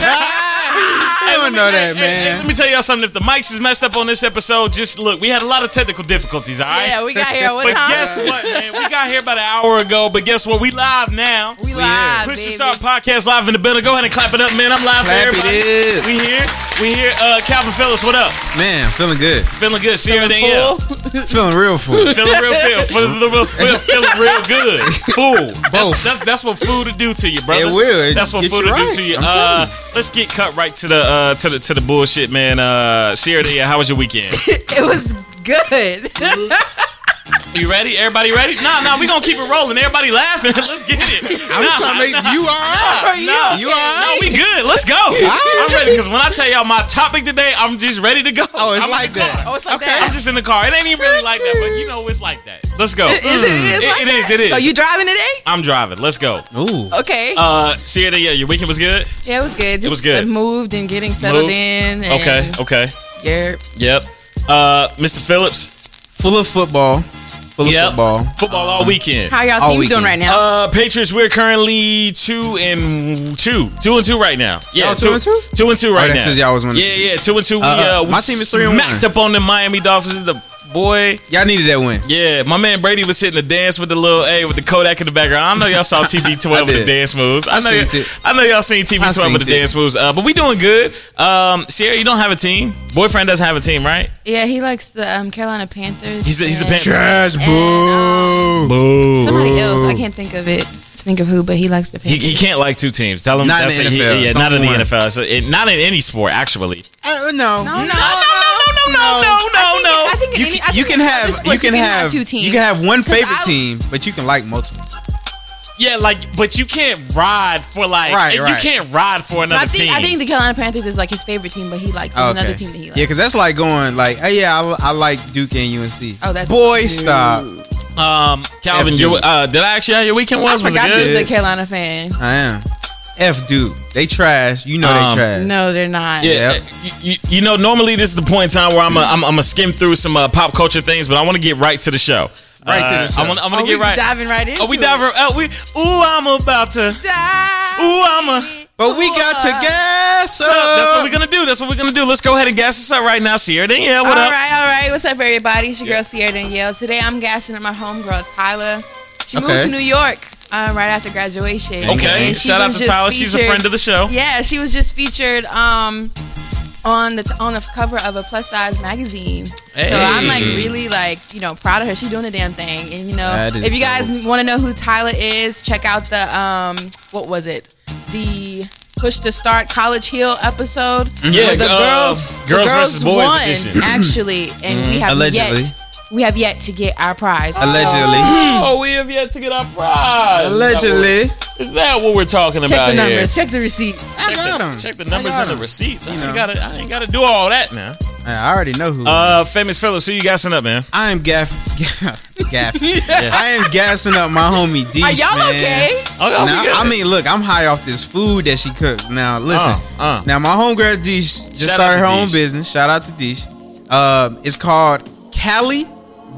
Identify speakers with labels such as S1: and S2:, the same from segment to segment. S1: I don't know that, man.
S2: Let me tell y'all something. If the mics is messed up on this episode, just look. We had a lot of technical difficulties. All right.
S3: Yeah, we got here. What
S2: But
S3: time?
S2: guess what, man? We got here about an hour ago, but guess what? We live now.
S3: We live,
S2: Push this
S3: baby.
S2: out podcast live in the building. Go ahead and clap it up, man. I'm live
S1: Clap it
S2: for everybody.
S1: is.
S2: We here. We here. Uh, Calvin Phillips, what up?
S1: Man, feeling good.
S2: Feeling good. See everything
S3: Fool.
S2: else.
S1: Feeling real full.
S2: Feeling real, feel, feeling real, feel, feeling real good. Fool. That's,
S1: Both.
S2: that's, that's what food will do to you, brother.
S1: It will. It
S2: that's what
S1: gets
S2: food
S1: you
S2: will do
S1: right.
S2: to you.
S1: I'm
S2: Uh,
S1: telling
S2: let's get cut right to the uh, to the to the bullshit, man. Uh, Sierra, Dea, how was your weekend?
S3: It was good.
S2: You ready? Everybody ready? Nah, nah, we gonna keep it rolling. Everybody laughing. Let's get it.
S1: I'm
S2: nah,
S1: just trying to make you are.
S3: Are you
S2: nah.
S1: You are.
S2: No, we good. Let's go. I'm ready because when I tell y'all my topic today, I'm just ready to go.
S1: Oh, it's
S2: I'm
S1: like
S2: in the car.
S1: that.
S3: Oh, it's like
S1: okay.
S2: I'm
S3: that.
S2: just in the car. It ain't even really like that, but you know it's like that. Let's go.
S3: Is it, it,
S2: Mm.
S3: is
S2: It-
S3: like
S2: it is,
S3: that?
S2: it is.
S3: So you driving today?
S2: I'm driving. Let's go.
S1: Ooh.
S3: Okay.
S2: Uh, Sierra, yeah, your weekend was good.
S3: yeah, it was good. Just
S2: was good.
S3: Moved and getting settled
S2: Moved.
S3: in. And
S2: Okay. Okay.
S3: Yeah.
S2: Yep. Uh, Mr. Phillips.
S1: Full of football. Full of
S2: Yep.
S1: football.
S2: Football all weekend.
S3: How y'all
S1: All
S3: teams
S1: weekend.
S3: doing right now?
S2: Uh, Patriots, we're currently two and two, two and two right now. Yeah,
S1: Y'all two and two? Oh,
S2: two and two right
S1: that
S2: now.
S1: says y'all was one and
S2: yeah,
S1: two.
S2: yeah, two and two. We,
S1: Uh,
S2: uh, we
S1: my team is three and
S2: smacked
S1: one.
S2: up on the Miami Dolphins. The boy,
S1: Y'all needed that win.
S2: yeah, my man Brady was hitting the dance with the little A with the Kodak in the background. I know y'all saw TB
S1: I
S2: twelve with the
S1: did.
S2: dance moves. I,
S1: I
S2: know,
S1: seen
S2: y'all-
S1: it.
S2: I know y'all seen TB
S1: I
S2: twelve
S1: seen
S2: with the
S1: it.
S2: dance moves. Uh, but we doing good. Um, Sierra, you don't have a team. Boyfriend doesn't have a team, right?
S3: yeah, he likes the um, Carolina Panthers.
S2: He's a- he's a
S3: and uh,
S2: Panther.
S1: Trash boo.
S2: Boo.
S3: Somebody else. I can't think of it. Think of who, but he likes the
S2: He,
S3: Panthers.
S2: he can't like two teams. Tell him
S1: Not in
S2: that's
S1: the
S2: a- he-
S1: NFL.
S2: yeah, not in the
S1: Someone.
S2: NFL. So it, not in any sport, actually.
S1: Uh, no.
S3: no, no, no,
S2: no,
S3: no,
S2: no, no, no, no.
S3: I think, I think
S1: You
S3: in any,
S1: can,
S3: I
S1: you
S3: think
S1: can
S3: in other
S1: have you
S3: sports
S1: can have
S3: two teams.
S1: you can have one
S3: 'Cause
S1: favorite
S3: I-
S1: team, but you can like multiple.
S2: Yeah, like, but you can't ride for like,
S1: Right,
S2: you
S1: right.
S2: can't ride for another
S3: I think,
S2: team.
S3: I think the Carolina Panthers is like his favorite team, but he likes there's another team that he likes.
S1: Yeah, because that's like going like, hey, yeah, I, I like Duke and UNC.
S3: Oh, that's-
S1: boy, stop.
S2: um, Calvin,
S1: F
S2: your,
S1: dude.
S2: uh, did I actually how your weekend was?
S3: I
S2: was it
S3: forgot you
S2: good?
S3: was a Carolina fan.
S1: I am. F Duke, they trash. You know
S2: Um,
S1: they trash.
S3: No, they're not.
S2: Yeah,
S1: Yep.
S2: uh, you, you- you know, normally this is the point in time where I'm a, I'm, I'm a skim through some uh, pop culture things, but I want to get right to the show.
S1: Right to the
S2: Uh,
S1: show.
S2: I want to
S3: Are
S2: get
S3: Oh, we
S2: right.
S3: diving right into
S2: Are we
S3: it? Uh.
S2: diving? Uh, we, ooh, I'm about to.
S3: Dive.
S2: Ooh, I'm a.
S1: But we got to gas
S2: What's
S1: up.
S2: up? That's what we're gonna do. That's what we're gonna do. Let's go ahead and gas this up right now. Sierra, yeah, what
S3: All
S2: up?
S3: right, all right. uh, What's up, everybody? It's your girl Sierra Danielle. Today, I'm gassing at my homegirl Tyler. She
S1: Okay.
S3: moved to New York um, right after graduation.
S2: Okay,
S3: And she
S2: shout out
S3: was
S2: to
S3: just
S2: Tyler. She's a
S3: featured-
S2: friend of the show.
S3: Yeah, she was just featured um, on the on the cover of a plus size magazine. So I'm like
S2: Hey.
S3: really like you know proud of her. She's doing the damn thing. And you know,
S1: That is
S3: if you guys
S1: dope.
S3: want to know who Tyler is, check out the um, what was it? The Push to Start College Hill episode.
S2: Yeah,
S3: where the
S2: uh,
S3: girls, the
S2: Girls
S3: girls
S2: versus Boys
S3: won
S2: edition.
S3: actually, and we have
S1: Mm-hmm. Allegedly.
S3: yet we have yet to get our prize. So
S1: Allegedly,
S2: Oh, we have yet to get our prize.
S1: allegedly,
S2: Is that what we're talking about
S3: check the
S2: here?
S3: numbers. Check the receipts.
S1: I
S2: Check the-
S1: got 'em.
S2: Check the numbers
S1: got
S2: and the
S1: 'em.
S2: receipts. I,
S1: You
S2: ain't
S1: know.
S2: gotta, I ain't gotta do all that now.
S1: I already know who.
S2: Uh, famous Phillips, who you gassing up, man?
S1: I am gaff, gaff. I am gassing up my homie D.
S3: Are y'all okay?
S2: Oh, y'all be
S1: Now,
S2: good.
S1: I mean, look, I'm high off this food that she cooked. Now, listen.
S2: Uh, uh.
S1: Now, my homegirl Deesh just
S2: Shout out to
S1: started her own
S2: Deesh.
S1: business. Shout out to Deesh. Um, it's called Cali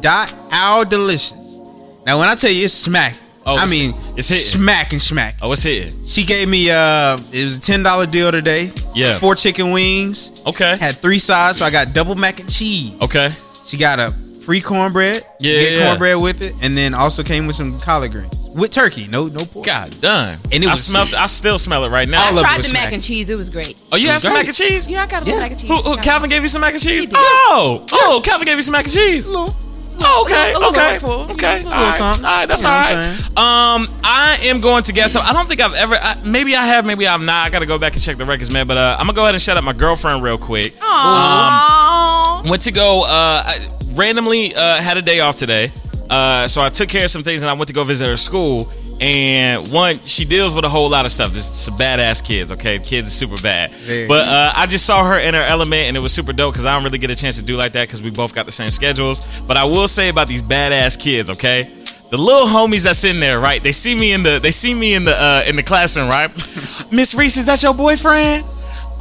S1: Dot Owl Delicious. Now, when I tell you it's smack,
S2: Oh,
S1: I
S2: it's-
S1: mean
S2: it's hitting.
S1: smack and smack.
S2: oh, what's hitting?
S1: She gave me uh, it was a ten dollar deal today.
S2: Yeah.
S1: four chicken wings.
S2: Okay,
S1: Had three sides, so I got double mac and cheese.
S2: okay.
S1: She got a free cornbread. You
S2: Yeah,
S1: get
S2: yeah.
S1: cornbread with it, and then also came with some collard greens with turkey. No, no pork.
S2: God done.
S1: And it
S2: I
S1: was-
S2: smelled. I still smell it right now.
S1: All
S3: I
S1: of it
S3: tried
S1: was
S3: the mac
S1: smack.
S3: and cheese. It was great.
S2: oh, you had some
S1: Great.
S2: mac and cheese?
S3: You know I got a
S1: Yeah.
S3: little mac and cheese.
S2: Who, who,
S3: Yeah.
S2: Calvin gave you some mac and cheese?
S3: did.
S2: Oh, oh, Calvin gave you some mac and cheese.
S1: Little-
S2: Oh, okay,
S3: A little
S2: okay,
S3: handful.
S2: okay.
S3: A little
S2: all, right.
S1: something.
S2: all right, that's
S1: You know
S2: all
S1: what I'm
S2: right. Um, I am going to guess. I don't think I've ever. I, maybe I have. Maybe I'm not. I got to go back and check the records, man. But uh, I'm gonna go ahead and shout out my girlfriend real quick.
S3: Aww.
S2: Went to go. Uh, I randomly uh, had a day off today, uh, so I took care of some things and I went to go visit her school. And one, she deals with a whole lot of stuff. This some badass kids. Okay, kids are super bad.
S1: Very.
S2: But uh, I just saw her in her element, and it was super dope because I don't really get a chance to do like that because we both got the same schedules. But I will say about these badass kids, okay. The little homies that's in there, right? They see me in the they see me in the uh, in the classroom, right? Miss Reese, is that your boyfriend?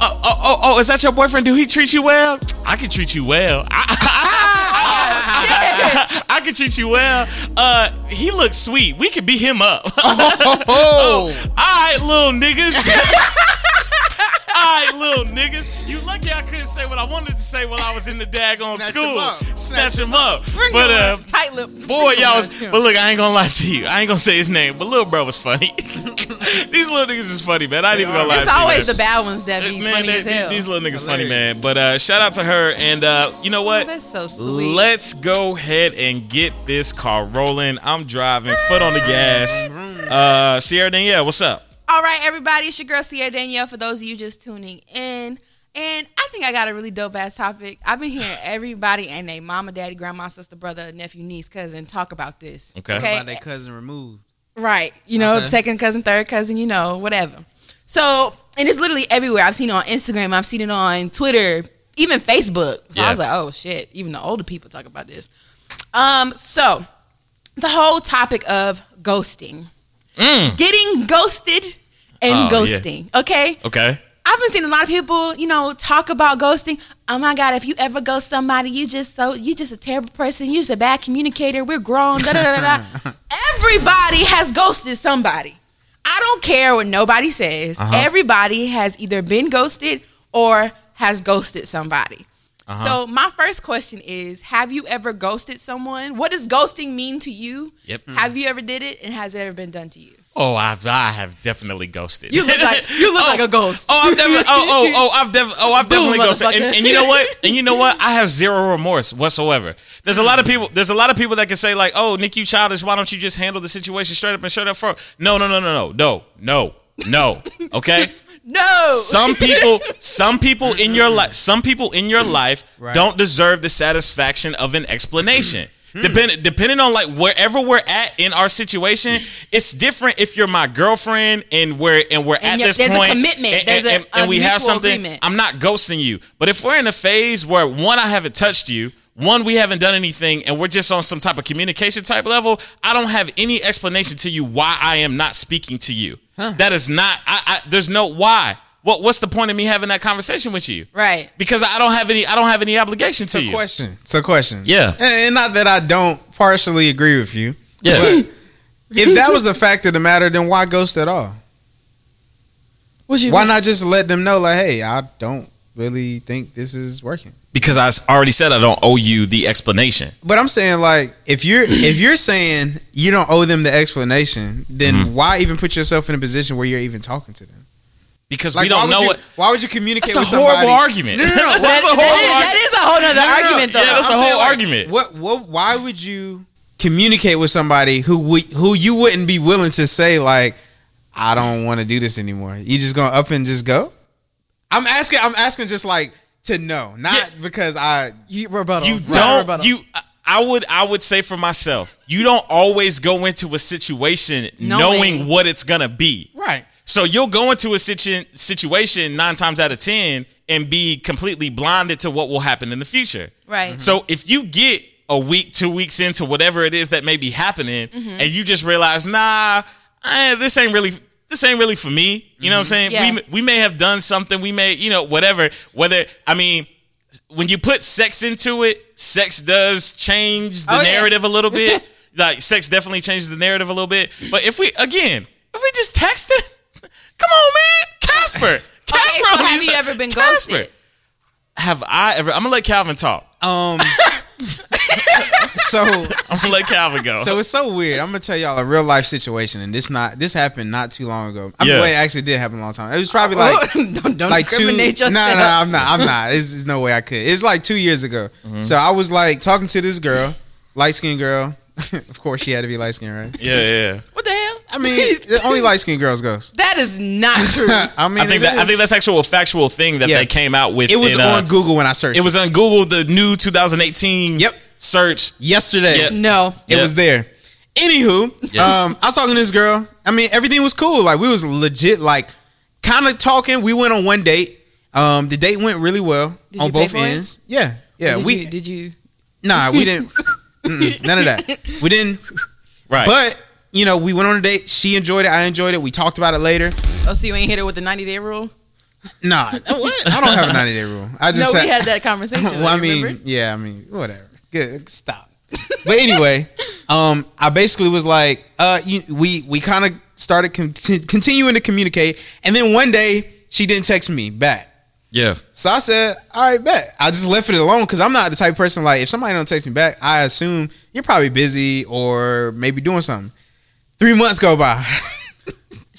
S2: Oh, oh, oh, oh, is that your boyfriend? Do he treat you well? I can treat you well. I, I can treat you well. Uh, he looks sweet. We could beat him up.
S1: Oh,
S2: All right, little niggas. right, little niggas. You lucky I couldn't say what I wanted to say while I was in the daggone
S1: Snatch
S2: school.
S1: him up.
S2: Snatch him up.
S3: Bring
S2: But
S3: your
S2: uh,
S3: tight lip.
S2: boy,
S3: Bring
S2: y'all
S3: your-
S2: was. But look, I ain't gonna lie to you. I ain't gonna say his name. But little bro was funny. These little niggas is funny, man. I ain't even gonna lie.
S3: It's
S2: to you,
S3: always
S2: man.
S3: the bad ones that be
S2: Uh, Man,
S3: funny
S2: they-
S3: as hell.
S2: These little niggas funny,
S1: Hilarious.
S2: man. But uh, shout out to her, and uh, you know what?
S3: Oh, That's so sweet.
S2: Let's go ahead and get this car rolling. I'm driving, foot on the gas. Uh, Sierra Danielle, what's up?
S3: All right, everybody, it's your girl Sierra Danielle. For those of you just tuning in, and I think I got a really dope ass topic. I've been hearing everybody and they mama, daddy, grandma, sister, brother, nephew, niece, cousin talk about this.
S2: Okay.
S1: About that cousin removed.
S3: Right. You know,
S1: Okay.
S3: second cousin, third cousin, you know, whatever. So, and it's literally everywhere. I've seen it on Instagram, I've seen it on Twitter, even Facebook. So I
S2: Yeah.
S3: was like, oh shit, even the older people talk about this. Um, so the whole topic of ghosting.
S2: Mm.
S3: Getting ghosted
S2: Oh, yeah.
S3: and ghosting. Okay?
S2: Okay.
S3: I've been seeing a lot of people, you know, talk about ghosting. Oh my God, if you ever ghost somebody, you just so you just a terrible person. You just a bad communicator. We're grown. Da, da, da, da, da. Everybody has ghosted somebody. I don't care what nobody says.
S2: Uh-huh.
S3: Everybody has either been ghosted or has ghosted somebody.
S2: Uh-huh.
S3: So my first question is: Have you ever ghosted someone? What does ghosting mean to you?
S2: Yep.
S3: Have you ever did it, and has it ever been done to you?
S2: Oh, I've, I have definitely ghosted.
S3: You look like you look
S2: Oh.
S3: like a ghost.
S2: Oh, I've definitely. Oh, oh, oh, I've definitely. Oh, I've
S3: Boom,
S2: definitely ghosted. And,
S3: motherfucker.
S2: and you know what? And you know what? I have zero remorse whatsoever. There's a lot of people. There's a lot of people that can say like, "Oh, Nick, you childish. Why don't you just handle the situation straight up and straight up front?" No, no, no, no, no, no, no, no. Okay.
S3: No.
S2: Some people, some people in your life, some people in your life don't deserve the satisfaction of an explanation. Depend, depending on like wherever we're at in our situation, it's different if you're my girlfriend and we're and we're at
S3: And yet
S2: this
S3: there's a
S2: point
S3: commitment.
S2: and,
S3: There's a-
S2: and- and
S3: a
S2: we have
S3: mutual
S2: something.
S3: agreement.
S2: I'm not ghosting you, but if we're in a phase where one, I haven't touched you. One, we haven't done anything, and we're just on some type of communication type level. I don't have any explanation to you why I am not speaking to you. That is not. I, I there's no why. What what's the point of me having that conversation with you?
S3: Right.
S2: Because I don't have any. I don't have any obligation to
S1: So
S2: you.
S1: question. So question.
S2: Yeah.
S1: And, and not that I don't partially agree with you.
S2: Yeah.
S1: But if that was the fact of the matter, then why ghost at all?
S3: What you
S1: Why not just let them know, like, hey, I don't really think this is working.
S2: Because I s- already said I don't owe you the explanation.
S1: But I'm saying, like, if you're if you're saying you don't owe them the explanation, then
S2: Mm-hmm.
S1: why even put yourself in a position where you're even talking to them?
S2: Because
S1: Like,
S2: we don't
S1: why
S2: know
S1: would you,
S2: what.
S1: Why would you communicate?
S2: That's a
S1: with
S2: horrible
S1: somebody?
S2: argument.
S1: No, no, no.
S2: That's
S1: Why-
S2: a
S3: That-
S2: whole
S3: that, is, that is a whole nother
S1: No, no, no.
S3: argument, though.
S2: Yeah, that's a
S1: I'm
S2: whole
S1: saying, like,
S2: argument.
S1: What, what? Why would you communicate with somebody who we, who you wouldn't be willing to say like, I don't want to do this anymore? You just gonna up and just go? I'm asking. I'm asking just like to know, not
S2: Yeah.
S1: because I.
S3: you rebuttal.
S2: You
S3: Right,
S2: don't.
S3: rebuttal.
S2: You. I- I would. I would say for myself. You don't always go into a situation knowing,
S3: Knowing.
S2: what it's gonna be.
S1: Right.
S2: So you'll go into a situ- situation nine times out of ten and be completely blinded to what will happen in the future.
S3: right.
S2: So if you get a week, two weeks into whatever it is that may be happening,
S3: Mm-hmm.
S2: and you just realize, nah, eh, this ain't really. This ain't really for me. You know what I'm saying?
S3: Mm-hmm. Yeah.
S2: We we may have done something. We may, you know, whatever. Whether I mean, when you put sex into it, sex does change the
S3: Oh, yeah.
S2: narrative a little bit. like sex definitely changes the narrative a little bit. But if we again, if we just text it, come on, man, Casper, Casper.
S3: so
S2: we
S3: have
S2: just-
S3: you ever been
S2: Casper.
S3: ghosted?
S2: Have I ever? I'm gonna let Calvin talk.
S1: Um. so
S2: I'm gonna let Calvin go.
S1: so it's so weird. I'm gonna tell y'all a real life situation, and this not this happened not too long ago. I mean,
S2: Yeah.
S1: wait, it actually did happen a long time. It was probably like
S3: don't, don't
S1: like two. No,
S3: discriminate
S1: no,
S3: yourself.
S1: no, I'm not. I'm not. It's, it's no way I could. It's like two years ago.
S2: Mm-hmm.
S1: So I was like talking to this girl, light skinned girl. of course, she had to be light skinned, right?
S2: yeah, yeah.
S3: What the hell?
S1: I mean, only light skinned girls goes.
S3: that is not true.
S1: I mean,
S2: I think
S1: it
S2: that I
S1: is.
S2: think that's actual factual thing that
S1: Yeah.
S2: they came out with.
S1: It was
S2: in, uh,
S1: on Google when I searched.
S2: it was on Google the new 2018
S1: Yep.
S2: search.
S1: yesterday.
S2: Yeah.
S3: no.
S1: It
S2: Yeah.
S1: was there. Anywho,
S2: Yeah.
S1: um, I was talking to this girl. I mean, everything was cool. Like we was legit, like kind of talking. We went on one date. Um, the date went really well
S3: Did
S1: on
S3: you pay
S1: both
S3: for it?
S1: ends. Yeah, yeah.
S3: Did
S1: we
S3: you, did you?
S1: nah, we didn't. Mm-mm, none of that. We didn't.
S2: Right.
S1: But you know, we went on a date. She enjoyed it. I enjoyed it. We talked about it later.
S3: Oh, so you ain't hit her with the ninety day rule?
S1: Nah, what? I don't have a ninety day rule. I
S3: No,
S1: just
S3: we had that conversation.
S1: well, I mean,
S3: remember?
S1: yeah, I mean, whatever. Good, stop. But anyway, um, I basically was like, uh, you, we we kind of started con- continuing to communicate, and then one day She didn't text me back.
S2: Yeah.
S1: So I said, all right, bet. I just left it alone because I'm not the type of person like if somebody don't text me back, I assume you're probably busy or maybe doing something. Three months go by.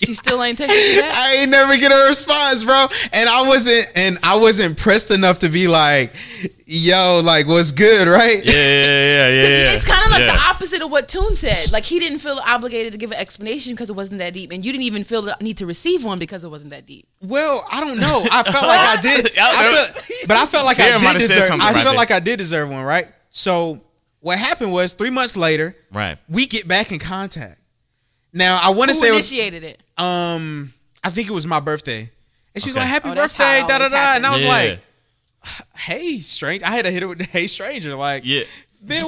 S3: She still ain't texting you back.
S1: I ain't never get a response, bro. And I wasn't and I wasn't pressed enough to be like, yo, like what's good, right?
S2: Yeah, yeah, yeah, yeah. yeah.
S3: It's kind of like
S2: yeah.
S3: the opposite of what Toon said. Like he didn't feel obligated to give an explanation because it wasn't that deep, and you didn't even feel the need to receive one because it wasn't that deep.
S1: Well, I don't know. I felt like I did. I felt, but I felt like
S2: Sarah
S1: I
S2: might have
S1: did
S2: said
S1: deserve.
S2: something
S1: I
S2: right
S1: felt
S2: there.
S1: like I did deserve one, right? So what happened was three months later,
S2: Right.
S1: we get back in contact. Now I want to
S3: Who
S1: say it was,
S3: initiated it?
S1: um I think it was my birthday, and she was
S2: Okay.
S1: like, "Happy
S3: Oh, that's
S1: birthday!"
S3: how
S1: Da
S3: it
S1: da
S3: always
S1: da. And I was
S2: yeah.
S1: like, "Hey, stranger!" I had to hit it with, "Hey, stranger!" Like,
S2: yeah.
S1: Ben,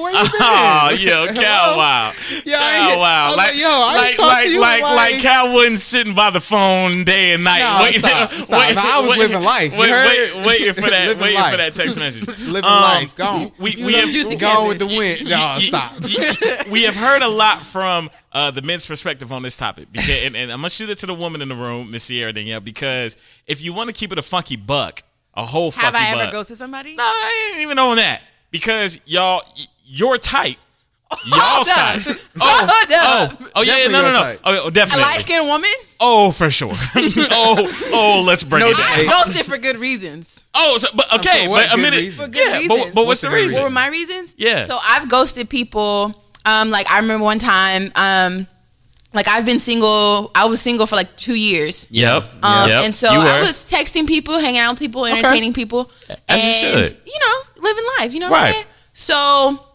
S1: where you been?
S2: Oh, yeah, Cal
S1: Hello?
S2: wow.
S1: Yeah, I
S2: Cal
S1: ain't hit- I
S2: wow.
S1: was
S2: Like,
S1: like, yo, I ain't
S2: like,
S1: talked
S2: like,
S1: to you in,
S2: like, like,
S1: like-
S2: Cal wasn't sitting by the phone day and night.
S1: No,
S2: waiting,
S1: stop, stop.
S2: waiting-
S1: I was
S2: waiting-
S1: living life. You
S2: Wait,
S1: heard?
S2: wait, waiting for that,
S1: Living
S2: waiting for
S1: life.
S2: that text message.
S1: Living
S2: Um,
S1: life, gone,
S2: We,
S3: You
S2: we
S3: love
S2: have,
S3: juicy
S1: gone with the
S3: cabbage.
S1: wind. No,
S2: y-
S1: Uh, stop.
S2: we have heard a lot from uh, the men's perspective on this topic, because, and, and I'm gonna shoot it to the woman in the room, Miss Sierra Danielle, because if you want to keep it a funky buck, a whole
S3: Have
S2: funky
S3: I ever
S2: buck.
S3: ghosted somebody?
S2: no, I ain't even on that because y'all, y- your type,
S3: Oh,
S2: y'all
S3: Hold
S2: side.
S3: up. Hold up.
S2: oh, oh yeah,
S1: Definitely
S2: no, no,
S1: your
S2: no,
S1: type.
S2: oh, oh,
S3: A
S2: definitely.
S3: light skinned woman?
S2: oh, for sure. oh, oh, let's break
S1: No
S2: it down.
S1: doubt.
S3: I
S1: Hey.
S3: ghosted for good reasons.
S2: Oh, so, but okay,
S1: for what
S2: but a
S1: good
S2: minute.
S1: reason?
S3: For good
S2: yeah,
S3: reasons.
S2: but, but what's
S1: What's
S2: the
S1: the good
S2: reason?
S3: What were my reasons?
S2: Yeah.
S3: So I've ghosted people. Um, like I remember one time, um, like I've been single. I was single for like two years.
S2: Yep.
S3: Um,
S2: yep.
S3: and so
S2: you were.
S3: I was texting people, hanging out with people, entertaining people,
S2: As you
S3: and
S2: should.
S3: you know, living life. You know what I'm
S2: Right.
S3: saying? So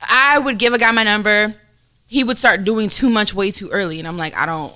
S3: I would give a guy my number. He would start doing too much way too early, and I'm like, I don't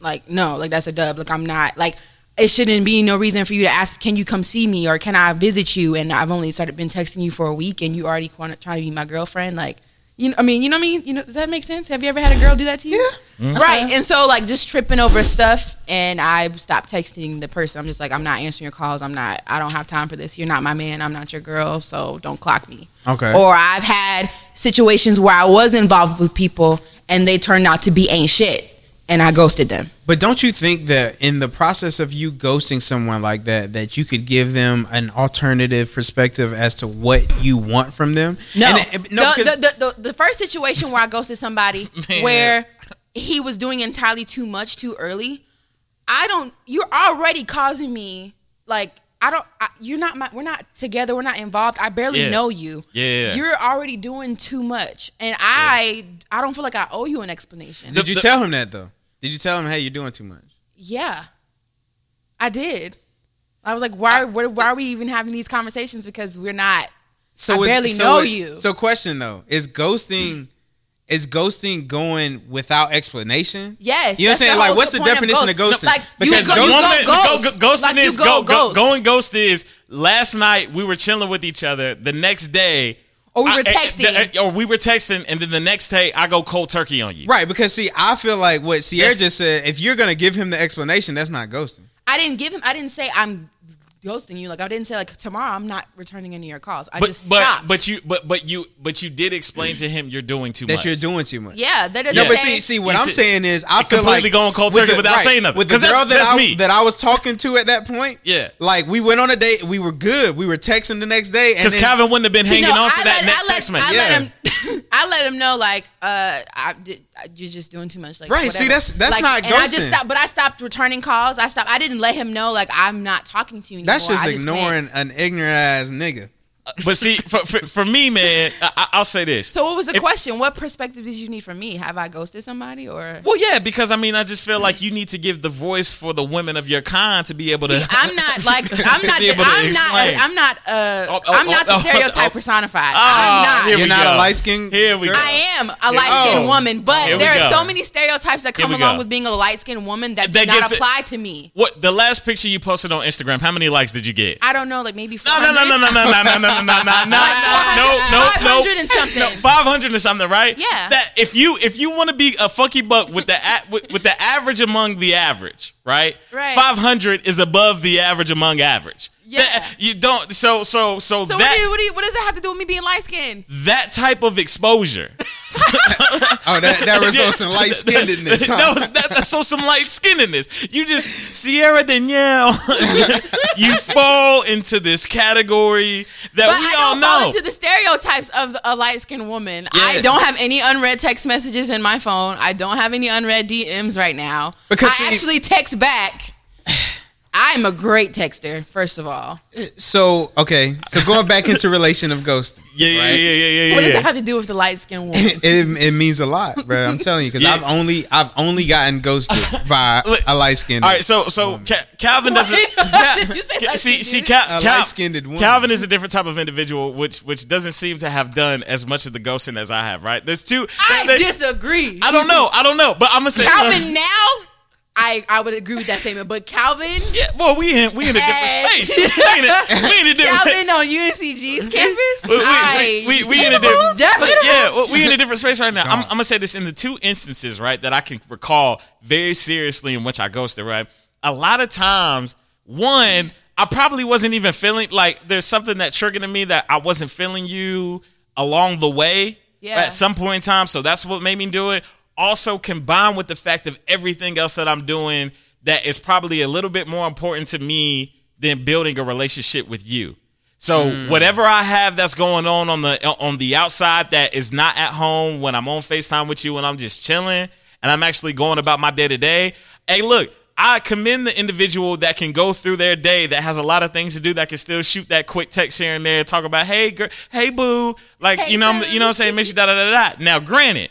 S3: like no, like that's a dub. Like I'm not like it shouldn't be no reason for you to ask, can you come see me or can I visit you? And I've only started been texting you for a week, and you already wanna, trying to be my girlfriend. Like you know, I mean, you know what I mean? You know, does that make sense? Have you ever had a girl do that to you? Yeah. Right. And so like just tripping over stuff, and I stopped texting the person. I'm just like, I'm not answering your calls. I'm not. I don't have time for this. You're not my man. I'm not your girl. So don't clock me.
S1: Okay.
S3: Or I've had situations where I was involved with people and they turned out to be ain't shit and I ghosted them.
S1: But don't you think that in the process of you ghosting someone like that, that you could give them an alternative perspective as to what you want from them?
S3: No,
S1: And it- no,
S3: the,
S1: because-
S3: the, the, the first situation where I ghosted somebody
S2: Man.
S3: where he was doing entirely too much too early. I don't. You're already causing me like I don't. I, you're not my. We're not together. We're not involved. I barely
S2: Yeah.
S3: know you.
S2: Yeah.
S3: You're already doing too much, and I I don't feel like I owe you an explanation.
S1: did
S2: the-
S1: you
S2: the-
S1: tell him that though? Did you tell him, hey, you're doing too much?
S3: Yeah, I did. I was like, why, why, why are we even having these conversations? Because we're not.
S1: So
S3: I
S1: is-
S3: barely
S1: so
S3: know
S1: it-
S3: you.
S1: So question though, is ghosting is ghosting going without explanation?
S3: Yes,
S1: You know what I'm
S3: that's
S1: saying?
S3: the
S1: Like,
S3: whole
S1: what's the
S3: good point
S1: definition of ghosting?
S3: No, like
S1: Because
S3: you go,
S1: ghost-
S3: you go
S2: go-
S3: ghost.
S2: go- ghosting
S3: Like, you
S2: is go, go- going ghost is last night we were chilling with each other. The next day,
S3: Or we were
S2: I- eh,
S3: texting.
S2: eh, or we were texting, and then the next day I go cold turkey on you.
S1: Right, because see, I feel like what Sierra
S2: Yes.
S1: just said, if you're gonna give him the explanation, that's not ghosting.
S3: I didn't give him. I didn't say I'm ghosting you. Like I didn't say like tomorrow I'm not returning any of your calls. I
S2: But
S3: just
S2: but
S3: stopped.
S2: but you but but you but you did explain to him you're doing too
S1: That
S2: much.
S1: you're doing too much.
S3: yeah, that doesn't
S1: No,
S2: Yeah.
S1: but
S3: say-
S1: see, see, what
S2: You
S1: I'm
S2: see-
S1: saying is, I feel
S2: completely
S1: like
S2: going cold
S1: with
S2: turkey without saying nothing.
S1: With the
S2: 'Cause that's-
S1: girl that
S2: that's
S1: I,
S2: me.
S1: that I was talking to at that point,
S2: Yeah.
S1: like we went on a date, we were good, we were texting the next day, and
S2: because
S1: then,
S2: Calvin wouldn't have been
S3: See,
S2: hanging
S3: no,
S2: on to
S3: I
S2: that
S3: let-
S2: next
S3: I let-
S2: text message.
S3: I
S1: Yeah.
S3: let him. I let him know like uh, I did, I- you're just doing too much. Like
S1: Right, see,
S3: whatever.
S1: that's- that's
S3: Like,
S1: not
S3: And I just
S1: ghosting.
S3: stopped, but I stopped returning calls. I stopped. I didn't let him know like I'm not talking to you anymore.
S1: that's just
S3: I
S1: ignoring
S3: went.
S1: an ignorant ass nigga.
S2: But see, for, for, for me, man, I- I, I'll say this.
S3: So what was the
S2: If-
S3: question? What perspective did you need from me? Have I ghosted somebody or?
S2: well, yeah, because I mean, I just feel like you need to give the voice for the women of your kind to be able to.
S3: See, I'm not like I'm
S2: To
S3: not
S2: be able to
S3: I'm
S2: explain.
S3: not I'm not uh
S2: Oh, oh,
S3: I'm not
S2: oh, oh,
S3: the stereotype
S2: oh.
S3: personified.
S2: Ah,
S3: I'm
S2: here we
S3: not.
S1: You're not
S2: go.
S1: a light skinned
S2: Here we go.
S3: I am a light skinned
S1: Oh.
S3: woman,
S2: Here
S3: but
S2: we
S3: there are
S2: go.
S3: so many stereotypes that
S2: Here
S3: come
S2: we
S3: along
S2: go.
S3: with being a light skinned woman that do
S2: That
S3: not
S2: gets it-
S3: apply to me.
S2: What the last picture you posted on Instagram? How many likes did you get?
S3: I don't know, like maybe
S2: No, no,
S3: 400,
S2: no, no, no, no, no, no, no, no, no, no, no,
S3: like
S2: no,
S3: 400,
S2: no, no.
S3: 500 and something.
S2: Five hundred or something, right?
S3: Yeah.
S2: That if you if you want to be a funky buck with the a, with, with the average among the average, right?
S3: Right.
S2: Five hundred is above the average among average.
S3: Yeah.
S2: That- you don't. So so so,
S3: So what, do you,
S2: that
S3: what, do you, what does that have to do with me being light skinned?
S2: that type of exposure.
S1: Oh, that, that results in light skinnedness.
S2: that was that, that's so some light skinnedness. You just Sierra Danielle. you fall into this category that
S3: But
S2: we
S3: I
S2: all
S3: don't fall
S2: know.
S3: into the stereotypes of a light skinned woman.
S2: Yeah.
S3: I don't have any unread text messages in my phone. I don't have any unread DMs right now.
S1: Because
S3: I
S1: see-
S3: actually text back. I'm a great texter, first of all.
S1: So okay, so going back into relation of ghosting.
S2: yeah, yeah,
S1: right?
S2: yeah, yeah, yeah,
S3: What does
S2: yeah.
S3: that have to do with the light skinned woman?
S1: It, it means a lot, bro. I'm telling you because
S2: Yeah.
S1: I've only I've only gotten ghosted by
S2: Look,
S1: a light skinned.
S2: All right, so so Ca- Calvin doesn't.
S3: Why did you say
S2: Ca- see, see,
S3: light-skinned?
S2: Cal,
S1: a
S2: Cal-
S1: light skinned woman.
S2: Calvin is a different type of individual, which which doesn't seem to have done as much of the ghosting as I have. Right? There's two.
S3: I
S2: there-
S3: disagree.
S2: I don't know. I don't know. But I'm gonna say
S3: Calvin now, I, I would agree with that statement, but Calvin,
S2: Yeah, well, we in we in a different
S3: Hey.
S2: space. We in a, we in a different.
S3: Calvin on UNCG's campus,
S2: We, we,
S3: I,
S2: we, we, we in a different.
S3: Debatable.
S2: Yeah, well, we in a different space right now. I'm,
S1: Gone.
S2: I'm gonna say this in the two instances, right, that I can recall very seriously in which I ghosted. Right, a lot of times, one, I probably wasn't even feeling like there's something that triggered in me that I wasn't feeling you along the way
S3: Yeah.
S2: at some point in time. So that's what made me do it. Also, combined with the fact of everything else that I'm doing, that is probably a little bit more important to me than building a relationship with you. So
S1: Hmm.
S2: whatever I have that's going on on the on the outside that is not at home when I'm on Facetime with you and I'm just chilling and I'm actually going about my day to day. Hey, look, I commend the individual that can go through their day that has a lot of things to do that can still shoot that quick text here and there, talk about hey girl, hey boo, like
S3: Hey,
S2: you know
S3: boo.
S2: you know what I'm saying, make sure da da da da. Now, granted,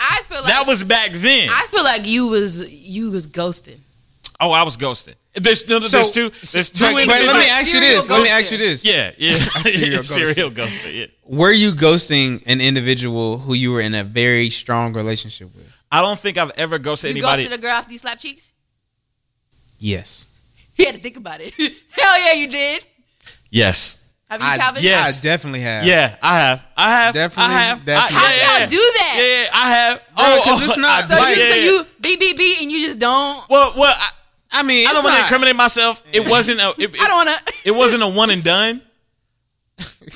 S3: I feel like
S2: that was back then.
S3: I feel like you was you was ghosting.
S2: oh, I was ghosted. There's no, there's
S1: So-
S2: two, there's two.
S1: But, but let me
S2: individuals-
S1: ask you
S3: Serial
S1: this. Let me ask
S3: ghosting.
S1: you this.
S2: yeah, yeah,
S1: serial ghosted.
S2: serial ghosted. Yeah.
S1: Were you ghosting an individual who you were in a very strong relationship with?
S2: I don't think I've ever ghosted
S3: you
S2: anybody.
S3: ghosted a girl after you slapped cheeks.
S1: Yes.
S3: He had to think about it. Hell yeah, you did.
S2: yes.
S3: Have you,
S1: I,
S3: Calvin?
S2: Yes.
S1: I definitely have.
S2: Yeah, I have. I have.
S1: Definitely,
S2: I have.
S1: definitely.
S2: I,
S3: How
S2: yeah,
S3: do y'all
S2: yeah.
S3: do that?
S2: Yeah, yeah, I have. Oh,
S1: Bro, 'cause it's not
S3: So,
S1: like-
S3: you,
S2: yeah,
S3: so
S2: yeah.
S3: you BBB and you just don't.
S2: Well, well, I,
S1: I mean,
S2: I
S1: it's
S2: don't want to
S1: not-
S2: incriminate myself. It wasn't a. It,
S3: I don't want to.
S2: it wasn't a one and done.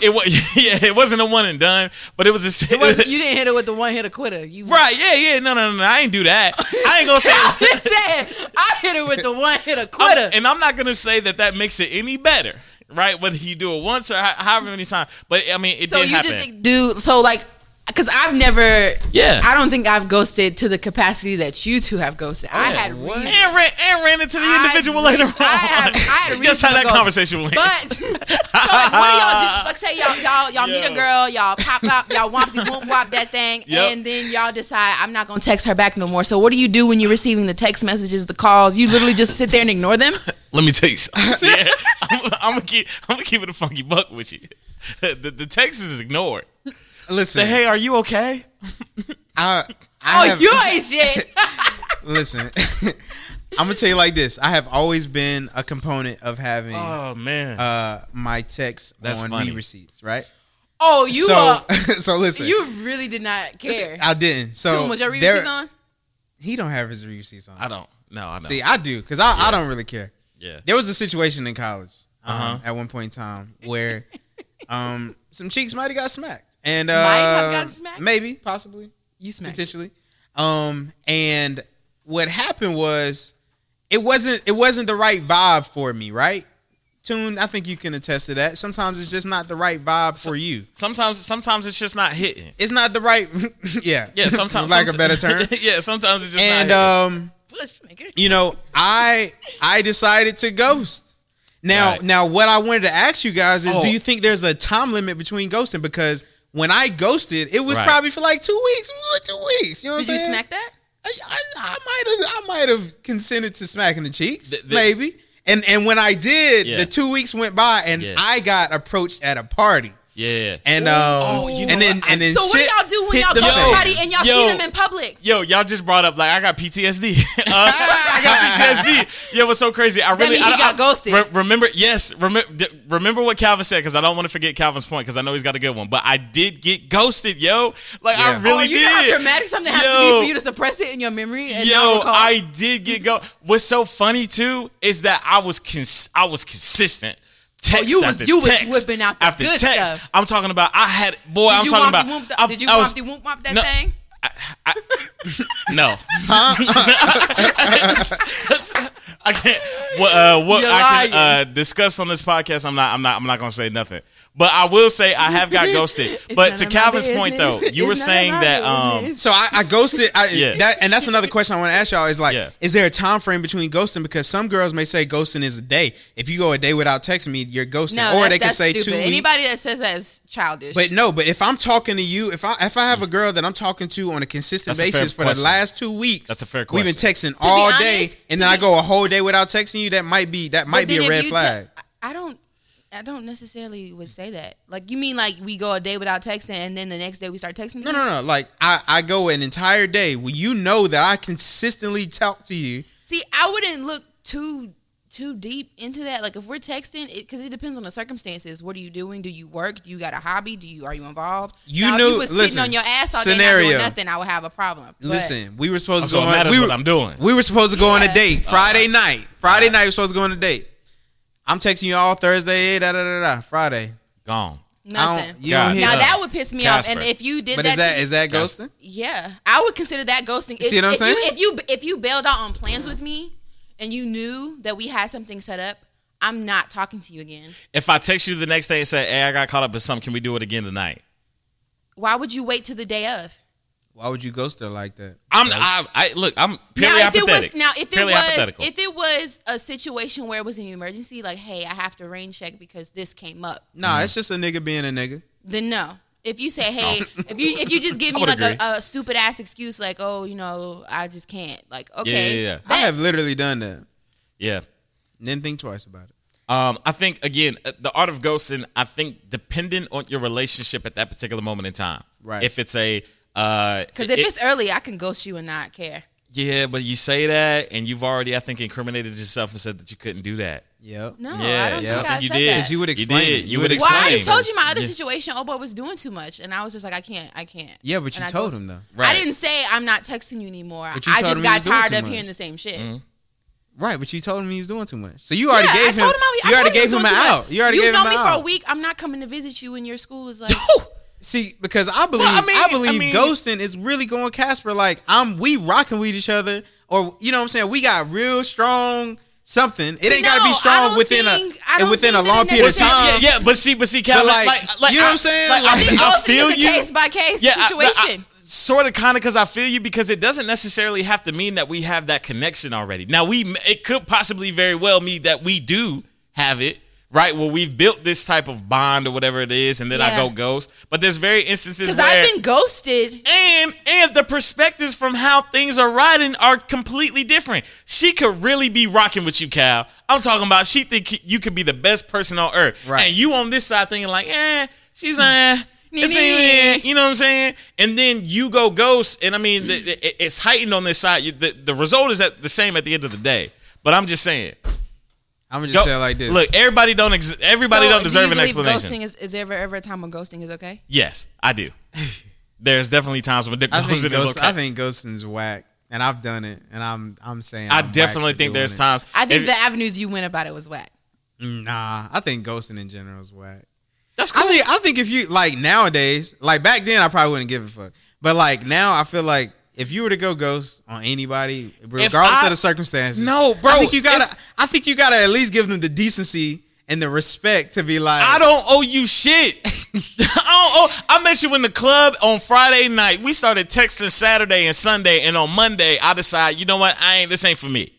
S2: It was yeah, it wasn't a one and done, but it was a.
S3: It wasn't, you didn't hit her with the one hitter quitter. You
S2: right? Yeah, yeah. No, no, no, no. I ain't do that. I ain't gonna say.
S3: Calvin said, "I hit her with the one hitter
S2: I'm-
S3: quitter."
S2: and I'm not gonna say that that makes it any better, right? Whether you do it once or ho- however many times, but I mean, it
S3: So
S2: did
S3: you
S2: happen.
S3: just do so like because I've never.
S2: yeah,
S3: I don't think I've ghosted to the capacity that you two have ghosted. I
S2: Yeah,
S3: had
S1: what?
S3: reasons.
S2: and ran, and ran into the
S3: I
S2: individual
S3: re-
S2: later on.
S3: I had- I had
S2: Guess how
S3: reasonable
S2: that
S3: goals.
S2: conversation went.
S3: But so like, what do y'all do? Like, say y'all y'all y'all meet
S2: Yo.
S3: a girl, y'all pop up, y'all womp the womp wop that thing,
S2: Yep.
S3: and then y'all decide I'm not gonna text her back no more. So what do you do when you're receiving the text messages, the calls? You literally just sit there and ignore them.
S2: Let me tell you something. Sierra. I'm, I'm gonna keep I'm gonna keep it a funky buck with you. The, the text is ignored.
S1: Listen,
S2: Say, hey, are you okay?
S1: I, I
S3: Oh,
S1: have,
S3: you ain't shit.
S1: listen. I'm gonna tell you like this. I have always been a component of having
S2: Oh man.
S1: uh, my text
S2: That's
S1: on
S2: funny.
S1: me receipts, right?
S3: Oh, you
S1: so,
S3: are.
S1: so listen,
S3: You really did not care.
S1: listen, I didn't. So
S3: Tune, was your
S1: there-
S3: receipts on?
S1: He don't have his receipts on.
S2: I don't. No, I don't.
S1: See, I do because I, I don't really care.
S2: yeah.
S1: There was a situation in college um,
S2: Uh-huh.
S1: at one point in time where um, some cheeks might have got smacked, and uh,
S3: Might have gotten smacked?
S1: maybe, possibly,
S3: You smacked.
S1: potentially. Um, and what happened was it wasn't it wasn't the right vibe for me, right? Tune, I think you can attest to that. Sometimes it's just not the right vibe for you.
S2: Sometimes sometimes it's just not hitting.
S1: It's not the right, yeah,
S2: Yeah, sometimes
S1: for lack
S2: somet-
S1: of a better term.
S2: yeah, sometimes it's just
S1: and
S2: not
S1: um,
S3: Push, nigga.
S1: you know, I I decided to ghost. Now,
S2: Right.
S1: now, what I wanted to ask you guys is,
S2: Oh.
S1: do you think there's a time limit between ghosting? Because when I ghosted, it was
S2: Right.
S1: probably for like two weeks. It was like two weeks. You know what
S3: Did
S1: I'm
S3: you
S1: saying?
S3: smack that?
S1: I, I, I might have I might have consented to smacking the cheeks,
S2: Th- th-
S1: maybe. And and when I did,
S2: Yeah.
S1: the two weeks went by, and
S2: Yeah.
S1: I got approached at a party,
S2: hitting. yeah.
S1: and um,
S2: Oh,
S3: Oh.
S2: you know
S1: and then and then
S3: So what
S1: shit
S3: do y'all do when
S1: hit
S3: y'all
S1: the
S3: ghost
S1: fan.
S2: Yo.
S3: somebody and y'all
S2: Yo.
S3: see them in public?
S2: Yo, y'all just brought up like I got PTSD. Uh, I got PTSD. Yeah, what's so crazy? I really
S3: mean
S2: I,
S3: he got
S2: I-
S3: ghosted.
S2: re- remember? Yes, remember. Remember what Calvin said because I don't want to forget Calvin's point because I know he's got a good one. But I did get ghosted, yo. Like I
S1: Yeah.
S2: really
S3: oh, you
S2: did.
S3: know how traumatic something has to
S2: Yo.
S3: be for you to suppress it in your memory. And
S2: Yo,
S3: not recall?
S2: I did get go. What's so funny too is that I was cons- I was consistent Text
S3: Oh, you was-
S2: after
S3: you was
S2: text
S3: whipping out the
S2: after
S3: good
S2: text.
S3: stuff.
S2: I'm talking about. I had boy. I'm
S3: you
S2: talking
S3: womp
S2: about.
S3: the womp the-
S2: I,
S3: did you
S2: I
S3: womp
S2: was-
S3: the womp womp that
S2: No.
S3: thing?
S2: No. I can't. What, uh, what
S3: You're
S2: I
S3: lying.
S2: can uh, discuss on this podcast, I'm not. I'm not. I'm not going to say nothing. But I will say I have got ghosted. but
S3: none
S2: to
S3: of my
S2: Calvin's point, though,
S3: business.
S2: you
S3: It's
S2: were
S3: none
S2: saying
S3: of my
S2: that. Um,
S3: business.
S1: So I, I ghosted. I,
S2: Yeah.
S1: that, and that's another question I want to ask y'all is like,
S2: Yeah.
S1: is there a time frame between ghosting? Because some girls may say ghosting is a day. If you go a day without texting me, you're
S2: um,
S1: ghosting.
S3: No,
S1: or
S3: that's,
S1: they can
S3: that's
S1: say two
S3: stupid.
S1: weeks.
S3: Anybody that says that is childish.
S1: But no, but if I'm talking to you, if I if I have a girl that I'm talking to on a consistent
S2: That's a fair
S1: basis for
S2: question.
S1: the last two weeks,
S2: That's a fair
S1: We've been texting
S3: be
S1: all day,
S3: honest,
S1: and
S3: to
S1: then I
S3: be-
S1: go a whole day without texting you. That might be that might
S3: But
S1: be
S3: then
S1: a
S3: if
S1: red
S3: you
S1: flag.
S3: te- I I don't. I don't necessarily would say that. Like you mean like we go a day without texting and then the next day we start texting.
S1: no, no, no. Like I I go an entire day where you know that I consistently talk to you.
S3: See, I wouldn't look too too deep into that. Like if we're texting, it because it depends on the circumstances. What are you doing? Do you work? Do you got a hobby? Do you are you involved?
S1: You
S3: now, if
S1: knew-
S3: you was
S1: listen,
S3: sitting on your ass all day
S1: scenario.
S3: not doing nothing. I would have a problem. But
S1: Listen, we were supposed to
S2: Oh, so
S1: go
S2: it
S1: on.
S2: matters
S1: we
S2: what
S1: were-
S2: I'm doing.
S1: We were supposed to go on a
S3: Yeah.
S1: date Friday
S3: Uh-huh.
S1: night. Friday
S2: Alright.
S1: night, we are supposed to go on a date. I'm texting you all Thursday, eh, da da da da. Friday.
S2: Gone.
S1: I
S3: nothing.
S1: don't, you
S2: God.
S1: don't hear
S3: now
S1: that.
S3: that would piss me off. And
S2: Casper.
S3: if you did
S1: But
S3: that,
S1: is that
S3: to-
S1: is that
S2: Yes.
S1: ghosting?
S3: yeah, I would consider that ghosting.
S1: See what I'm
S3: if
S1: saying?
S3: You, if you if you bailed out on plans with me and you knew that we had something set up, I'm not talking to you again.
S2: If I text you the next day and say, "Hey, I got caught up in something. Can we do it again tonight?"
S3: Why would you wait till the day of?
S1: Why would you ghost her like that?
S2: I'm. I, I look. I'm purely
S3: now, if it
S2: apathetic.
S3: was now if it
S2: Purely
S3: was
S2: hypothetical.
S3: if it was a situation where it was an emergency, like hey, I have to rain check because this came up,
S1: Nah, it's just a nigga being a nigga.
S3: then no. If you say hey, if you if you just give
S2: I
S3: me
S2: would
S3: like a,
S2: agree.
S3: a stupid ass excuse like oh you know I just can't like okay
S2: yeah, yeah.
S1: I
S3: that-
S1: have literally done that.
S2: yeah.
S1: Didn't think twice about it.
S2: Um, I think again, uh, the art of ghosting. I think dependent on your relationship at that particular moment in time.
S1: Right.
S2: If it's a, uh,
S3: Because
S2: it-
S3: if it's early, I can ghost you and not care.
S2: yeah, but you say that, and you've already, I think, incriminated yourself and said that you couldn't do that.
S1: Yep.
S3: No,
S2: yeah,
S3: Oh, I don't
S2: yeah.
S3: think I,
S2: you
S3: said
S2: did.
S3: that.
S1: You would explain
S2: did.
S1: it.
S2: You,
S1: You
S2: would
S1: would
S3: well,
S2: explain.
S3: I already
S1: explain.
S3: told you my other
S2: Yeah.
S3: situation. Oh boy, was doing too much, and I was just like, I can't, I can't.
S1: Yeah, but
S3: And
S1: you
S3: I
S1: told
S3: ghosted.
S1: him though.
S2: Right.
S3: I didn't say I'm not texting you anymore.
S1: But you
S3: I
S1: told
S3: just
S1: him he
S3: got
S1: was doing
S3: tired
S1: too
S3: of
S1: much.
S3: hearing the same shit.
S2: Mhm.
S1: Right, but you told him he was doing too much. So you
S3: Yeah,
S1: already
S3: I
S1: gave him.
S3: told him I, I
S1: you already
S3: told him
S1: gave
S3: I was
S1: him
S3: doing
S1: an
S3: too much.
S1: out. You already
S3: you
S1: gave
S3: know
S1: him
S3: me
S1: an
S3: for a
S1: out.
S3: week. I'm not coming to visit you, and your school is like.
S1: See, because I believe
S2: I
S1: I,
S2: mean-
S1: believe
S2: I mean-
S1: ghosting is really going Casper. Like I'm, we rocking with each other, or you know what I'm saying. We got real strong something. It ain't got to
S3: No,
S1: be
S3: I
S1: strong
S3: don't
S1: within
S3: think- I
S1: a
S3: don't
S1: within a
S3: think that
S1: long
S3: it
S1: period of time.
S3: necessarily-
S2: Well, see, yeah, yeah, but see, but see, Calvin,
S1: But,
S2: like,
S1: like,
S2: like, like,
S1: you know what
S2: I-
S1: I'm saying?
S2: Like,
S1: I
S2: I,
S1: think
S2: I
S1: ghosting
S2: feel
S3: is a
S2: you.
S3: case by case situation.
S2: sort of, kind of, because I feel you because it doesn't necessarily have to mean that we have that connection already. Now we, it could possibly very well mean that we do have it. Right, where we've built this type of bond or whatever it is, and then I
S3: Yeah.
S2: go ghost. But there's very instances
S3: Because
S2: where
S3: I've been ghosted.
S2: and and the perspectives from how things are riding are completely different. She could really be rocking with you, Cal. I'm talking about she think you could be the best person on earth,
S1: Right.
S2: And you on this side thinking like, eh, she's eh. It's
S3: Nee, nee,
S2: eh,
S3: nee.
S2: you know what I'm saying, and then you go ghost, and I mean, the, the- it- it's heightened on this side. You- The, the result is at the same at the end of the day. But I'm just saying,
S1: I'm gonna
S2: go-
S1: just say it like this.
S2: look, everybody don't ex- everybody
S3: So,
S2: don't deserve
S3: do you
S2: an
S3: believe
S2: explanation.
S3: Ghosting is, is there ever ever a time when ghosting is okay?
S2: yes, I do. There's definitely times when
S1: I think
S2: ghosting is
S1: ghost,
S2: okay.
S1: I think ghosting's whack, and I've done it, and I'm I'm saying
S2: I
S1: I'm whack
S2: definitely
S1: for
S2: think
S1: doing
S2: there's
S1: it.
S2: times.
S3: I think
S2: if-
S3: the avenues you went about it was whack.
S1: Nah, I think ghosting in general is whack.
S2: that's
S1: I think I think if you like nowadays, like back then, I probably wouldn't give a fuck. But like now, I feel like if you were to go ghost on anybody, regardless
S2: I-
S1: of the circumstances,
S2: No, bro,
S1: I think you gotta. I think you gotta at least give them the decency and the respect to be like,
S2: I don't owe you shit. I don't owe, I met you in the club on Friday night. We started texting Saturday and Sunday, and on Monday I decide, you know what? I ain't. This ain't for me.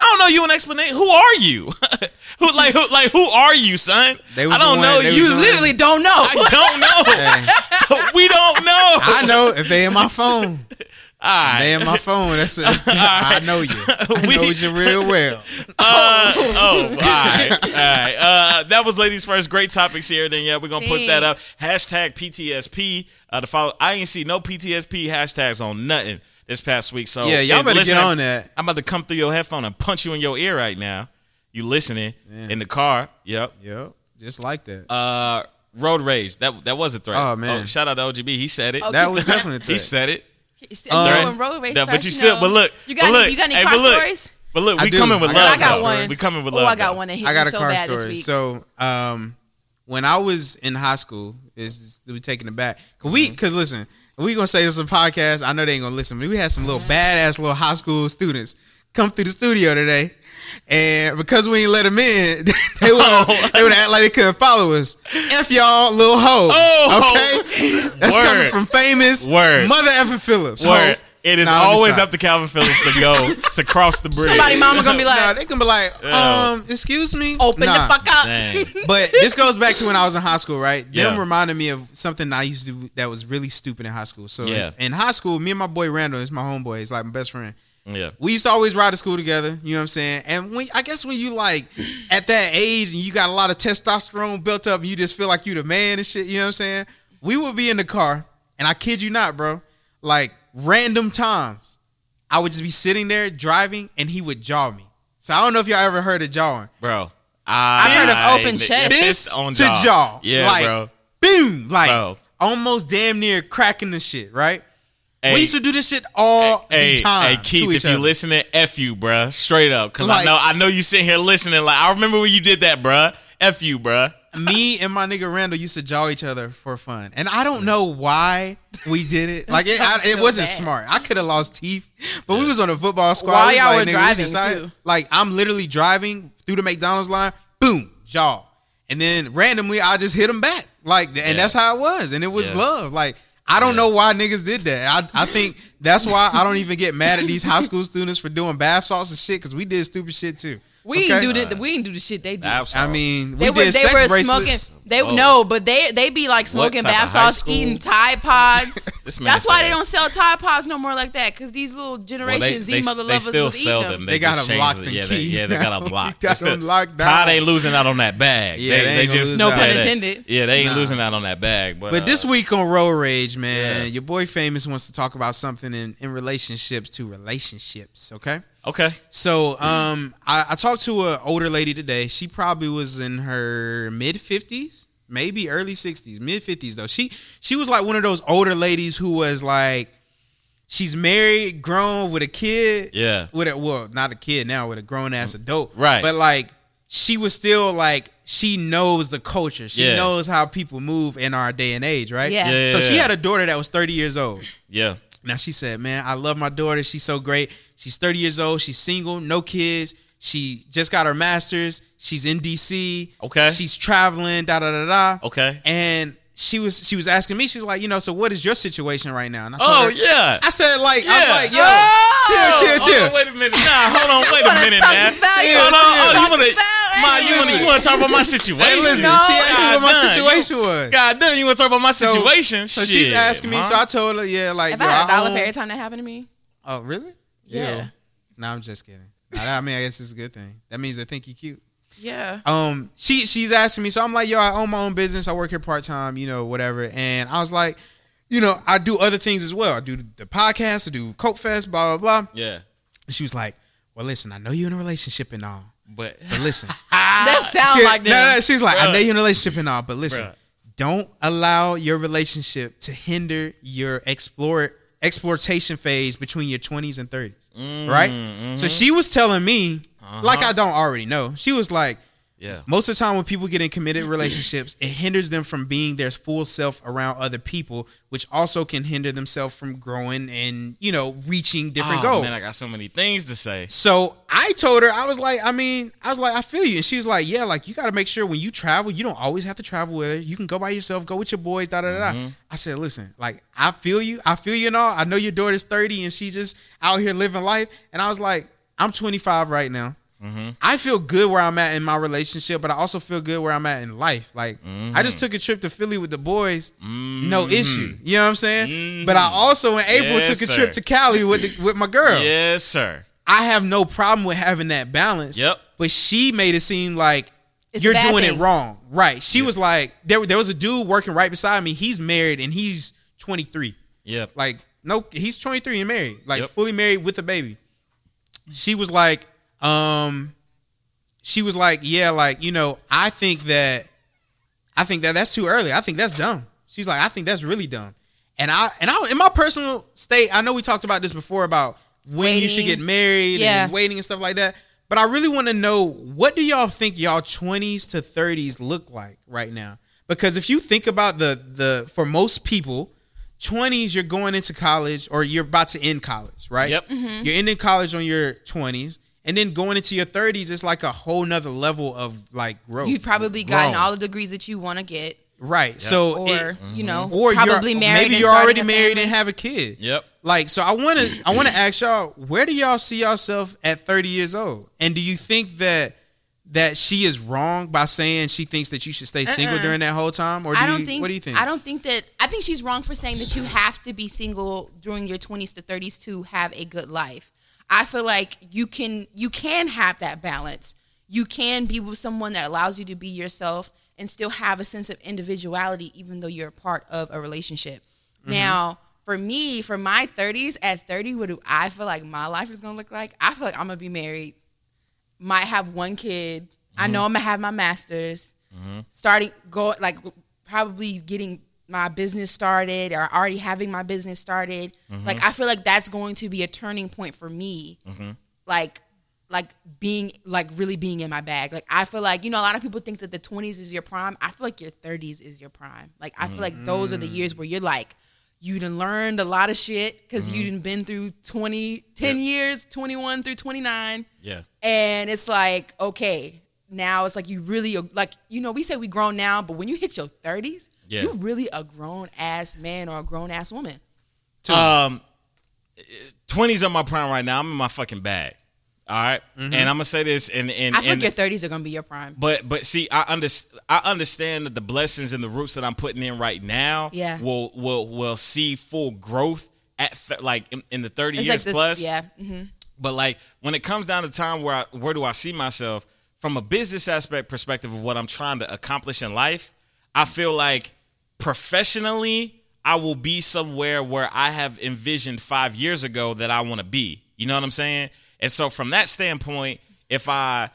S2: I don't know you an explanation. Who are you? who like who like who are you, son?
S1: They was
S2: I don't
S1: the one-
S2: know
S1: they was
S2: you.
S1: the one-
S2: Literally,
S3: don't know.
S2: I don't know.
S1: Hey,
S2: we don't know.
S1: I know if they in my phone,
S2: All right.
S1: they in my phone. That's it. I know you. I
S2: We-
S1: know you real well.
S2: Uh, oh, all right. All right. Uh, that was Ladies First. Great topics here. Then, yeah, we're going to put that up. Hashtag PTSP. Uh, to follow, I ain't see no PTSP hashtags on nothing this past week. So,
S1: Yeah, y'all
S2: if
S1: better
S2: listening-
S1: get on that.
S2: I'm about to come through your headphone and punch you in your ear right now. You listening
S1: Yeah.
S2: in the car. Yep.
S1: Yep, just like that.
S2: Uh, road rage. That that was a threat.
S1: Oh, man.
S2: shout out to OGB. He said it.
S3: Oh,
S1: that was definitely a
S2: He
S1: threat.
S2: said it.
S3: You know,
S1: Um,
S3: when road rage
S2: that- but
S3: starts,
S2: you still-
S3: know,
S2: but look,
S3: you got
S2: but
S3: any,
S2: look,
S3: you got any
S2: hey,
S3: car
S2: but look.
S3: stories?
S2: But look,
S1: I
S2: we
S1: do.
S2: coming with
S1: I
S2: love.
S1: got
S3: I got
S2: though.
S3: one.
S2: We coming with
S3: Oh,
S2: love.
S3: I got
S2: though.
S3: one that hit
S1: I got
S3: me
S1: a
S3: so
S1: car
S3: bad this
S1: story.
S3: week.
S1: So, um, when I was in high school, is we taking it back? Cause we,
S3: Mm-hmm.
S1: cause listen, we gonna say this on a podcast. I know they ain't gonna listen, but we had some little badass little high school students come through the studio today, and because we ain't let them in, they would
S2: Oh.
S1: they would act like they couldn't follow us. F y'all, little hoe.
S2: Oh.
S1: okay, that's
S2: Word.
S1: coming from famous
S2: Word.
S1: mother effing Phillips.
S2: Word.
S1: Hoe.
S2: It is
S1: Nah, let me
S2: always
S1: stop.
S2: up to Calvin Phillips to go to cross the bridge.
S3: Somebody mama gonna be
S1: Nah,
S3: like,
S1: they can be like,
S2: Yeah.
S1: um, excuse me,
S3: open
S1: Nah.
S3: the fuck up.
S2: Dang.
S1: But this goes back to when I was in high school, right?
S2: Yeah.
S1: Them reminded me of something I used to do that was really stupid in high school. So
S2: Yeah.
S1: in, in high school, me and my boy Randall, is my homeboy, he's like my best friend.
S2: Yeah.
S1: We used to always ride to school together, you know what I'm saying? And when I guess when you like at that age and you got a lot of testosterone built up and you just feel like you the man and shit, you know what I'm saying? We would be in the car, and I kid you not, bro, like random times. I would just be sitting there driving and he would jaw me. So I don't know if y'all ever heard of jawing.
S2: Bro. I,
S3: heard of open
S2: fist
S3: chest.
S1: Fist
S2: on
S1: to
S2: jaw.
S1: jaw.
S2: Yeah,
S1: Like,
S2: bro.
S1: Boom! Like
S2: Bro.
S1: almost damn near cracking the shit, right?
S2: Hey,
S1: we used to do this shit all
S2: hey,
S1: the time.
S2: hey, Keith,
S1: to each
S2: if you
S1: other.
S2: listening, F you, bruh. Straight up. Because I
S1: Like-
S2: know I know you sitting here listening. Like, I remember when you did that, bruh. F you, bruh.
S1: me and my nigga Randall used to jaw each other for fun, and I don't know why we did it. Like it, I, it
S3: so
S1: wasn't
S3: bad.
S1: smart. I could have lost teeth, but we was on a football squad.
S3: While
S1: We was
S3: y'all
S1: like,
S3: were
S1: nigga, we
S3: driving,
S1: decided-
S3: too.
S1: like I'm literally driving through the McDonald's line, boom, jaw, and then randomly I just hit him back. Like, and
S2: Yeah.
S1: that's how it was, and it was
S2: Yeah.
S1: love. Like I don't know why niggas did that. I I think that's why I don't even get mad at these high school students for doing bath salts and shit because we did stupid shit too.
S3: We
S1: Okay?
S3: didn't do the we didn't do the shit they do.
S1: I mean, we
S3: They
S1: did
S3: were they
S1: sex
S3: were
S1: bracelets.
S3: smoking. They
S2: Whoa.
S3: no, but they they be like smoking
S2: type of
S3: bath
S2: high
S3: salts,
S2: school?
S3: eating Tide Pods.
S2: This man
S3: That's why
S2: said-
S3: they don't sell Tide Pods no more like that. Because these little
S2: Well,
S3: Generation
S2: they,
S3: Z
S2: they,
S3: mother
S2: they
S3: lovers
S2: still
S3: was eat
S2: sell
S3: them.
S2: them.
S1: They got
S2: just
S1: them
S2: changed
S1: locked
S2: it.
S1: and
S2: yeah, They,
S1: keyed
S2: yeah, they got
S1: now.
S2: them locked.
S1: They got
S2: They
S1: them
S2: still-
S1: locked
S2: Todd
S1: down.
S2: ain't losing out on that bag.
S1: Yeah,
S2: they,
S1: they ain't
S2: they
S1: gonna
S2: just
S1: lose No out.
S3: pun
S2: Yeah, they-
S3: intended.
S2: Yeah, they ain't
S1: Nah.
S2: losing out on that bag. But,
S1: But this
S2: uh,
S1: week on Road Rage, man,
S2: Yeah.
S1: your boy Famous wants to talk about something in, in relationships to relationships. Okay,
S2: uh, okay,
S1: so um, I, I talked to an older lady today. She probably was in her mid fifties, maybe early sixties, mid fifties though. She she was like one of those older ladies who was like, she's married, grown with a kid,
S2: yeah,
S1: with a well, not a kid now, with a grown ass adult.
S2: Mm. Right.
S1: But like she was still like she knows the culture. She
S2: Yeah.
S1: knows how people move in our day and age, right?
S3: Yeah.
S2: Yeah,
S1: So she
S2: yeah.
S1: had a daughter that was 30 years old.
S2: yeah,
S1: Now she said, Man, I love my daughter. She's so great. She's 30 years old. She's single, no kids. She just got her master's. She's in DC.
S2: Okay.
S1: She's traveling, da da da da.
S2: okay.
S1: And she was she was asking me, she was like, you know, so what is your situation right now? And I told
S2: Oh
S1: her,
S2: yeah.
S1: I said like I was
S2: Yeah.
S1: like, yo,
S2: Oh,
S1: chill, chill, chill.
S2: Hold on, wait a minute. Nah, hold on, wait a
S3: Wanna
S2: minute,
S3: talk
S2: man.
S3: about it.
S2: Hold on, hold on. You
S3: Talk
S2: wanna,
S3: about
S2: Ma,
S3: it.
S2: you wanna, you wanna talk about my situation?
S1: Hey, listen,
S3: No,
S1: she asked me
S2: God
S1: what my
S2: done, you-
S1: situation was.
S2: God damn, you wanna talk about my
S1: So-
S2: situation?
S1: So she's
S2: Shit,
S1: asking me,
S2: Ma.
S1: so I told her, yeah, like,
S3: If
S1: yo,
S3: I had a
S1: I
S3: dollar
S1: own-
S3: for every time that happened to me,
S1: Oh, really?
S3: Yeah.
S1: No, I'm just kidding. Nah, I mean, I guess it's a good thing. That means they think you cute.
S3: yeah,
S1: Um, she she's asking me, so I'm like, yo, I own my own business. I work here part time, you know, whatever. And I was like, you know, I do other things as well. I do the podcast, I do Coke Fest, blah blah blah.
S2: yeah,
S1: And she was like, well, listen, I know you're in a relationship and all,
S2: but
S1: but listen,
S2: Ah.
S3: that sound
S1: She-
S3: like
S1: no,
S3: them.
S1: no, she's like, I
S2: Bruh.
S1: know you're in a relationship and all, but listen,
S2: Bruh.
S1: don't allow your relationship to hinder your explore exploitation phase between your 20s and 30s.
S2: Mm,
S1: right?
S2: mm-hmm.
S1: So she was telling me, like
S2: Uh-huh.
S1: I don't already know. She was like,
S2: yeah,
S1: most of the time when people get in committed relationships, it hinders them from being their full self around other people, which also can hinder themselves from growing and, you know, reaching different
S2: oh,
S1: goals.
S2: Man, I got so many things to say.
S1: So I told her, I was like, I mean, I was like, I feel you. And she was like, Yeah, like you got to make sure when you travel, you don't always have to travel with her. You can go by yourself, go with your boys, da da da.
S2: Mm-hmm.
S1: da. I said, Listen, like I feel you, I feel you and all. I know your daughter's thirty and she's just out here living life. And I was like, I'm 25 right now.
S2: Mm-hmm.
S1: I feel good where I'm at in my relationship, but I also feel good where I'm at in life. Like I just
S2: Mm-hmm.
S1: took a trip to Philly with the boys,
S2: Mm,
S1: no issue. You know what I'm saying? But I also in April
S2: Mm-hmm. Yes,
S1: took a
S2: sir.
S1: trip to Cali with the, with my girl.
S2: Yes, sir.
S1: I have no problem with having that balance.
S2: Yep.
S1: But she made it seem like
S3: It's a
S1: you're
S3: bad
S1: doing
S3: thing.
S1: it wrong. Right. She was like, there, there was a dude working right beside me. He's married and he's 23.
S2: Yep.
S1: Like, no, he's 23 and married. Like,
S2: Yep.
S1: fully married with a baby. She was like, um, she was like, yeah, like, you know, I think that, I think that that's too early. I think that's dumb. She's like, I think that's really dumb. And I, and I, in my personal state, I know we talked about this before about when you should get
S3: Waiting.
S1: married
S3: Yeah.
S1: and waiting and stuff like that. But I really want to know what do y'all think y'all 20s to 30s look like right now? Because if you think about the the for most people, 20s you're going into college or you're about to end college, right?
S2: Yep.
S3: Mm-hmm.
S1: You're ending college on your 20s and then going into your 30s it's like a whole nother level of like growth.
S3: You've probably gotten
S1: Grown.
S3: all the degrees that you want to get,
S1: right. So
S3: or
S1: it,
S3: you know,
S1: or
S3: probably
S1: you're,
S3: married.
S1: maybe
S3: and
S1: you're
S3: starting
S1: already
S3: a
S1: married
S3: family.
S1: and have a kid.
S2: Yep.
S1: Like, so I want to I want to ask y'all, where do y'all see yourself at 30 years old? And do you think that that she is wrong by saying she thinks that you should stay single
S3: Uh-uh.
S1: during that whole time? Or do
S3: I don't
S1: you,
S3: think.
S1: what do you think?
S3: I don't think that. I think she's wrong for saying that you have to be single during your twenties to thirties to have a good life. I feel like you can you can have that balance. You can be with someone that allows you to be yourself and still have a sense of individuality, even though you're a part of a relationship.
S1: Mm-hmm.
S3: Now, for me, for my thirties, at thirty, what do I feel like my life is gonna look like? I feel like I'm gonna be married, might have one kid. I
S1: Mm-hmm.
S3: know I'm gonna have my master's starting go like probably getting my business started or already having my business started like i feel like that's going to be a turning point for me like like being like really being in my bag like i feel like you know a lot of people think that the 20s is your prime i feel like your 30s is your prime like i feel like those are the years where you're like you done learned a lot of shit because you done been through 20 10 years 21 through 29
S2: Yeah.
S3: and it's like okay now it's like you really are- like you know we say we grown now but when you hit your 30s
S2: Yeah.
S3: you really a grown ass man or a grown ass woman
S2: Um, twenties are my prime right now. I'm in my fucking bag. All right?
S1: Mm-hmm.
S2: and I'm gonna say this, and and,
S3: i think
S2: and
S3: your 30s are gonna be your prime
S2: but but see, I understand. I understand that the blessings and the roots that I'm putting in right now,
S3: Yeah.
S2: will will will see full growth at th- like in, in the 30
S3: it's
S2: years
S3: like this
S2: plus.
S3: yeah hmm
S2: But like when it comes down to time where I, where do I see myself from a business aspect perspective of what I'm trying to accomplish in life, I feel like professionally I will be somewhere where I have envisioned 5 years ago that I want to be. You know what I'm saying? And so from that standpoint, if I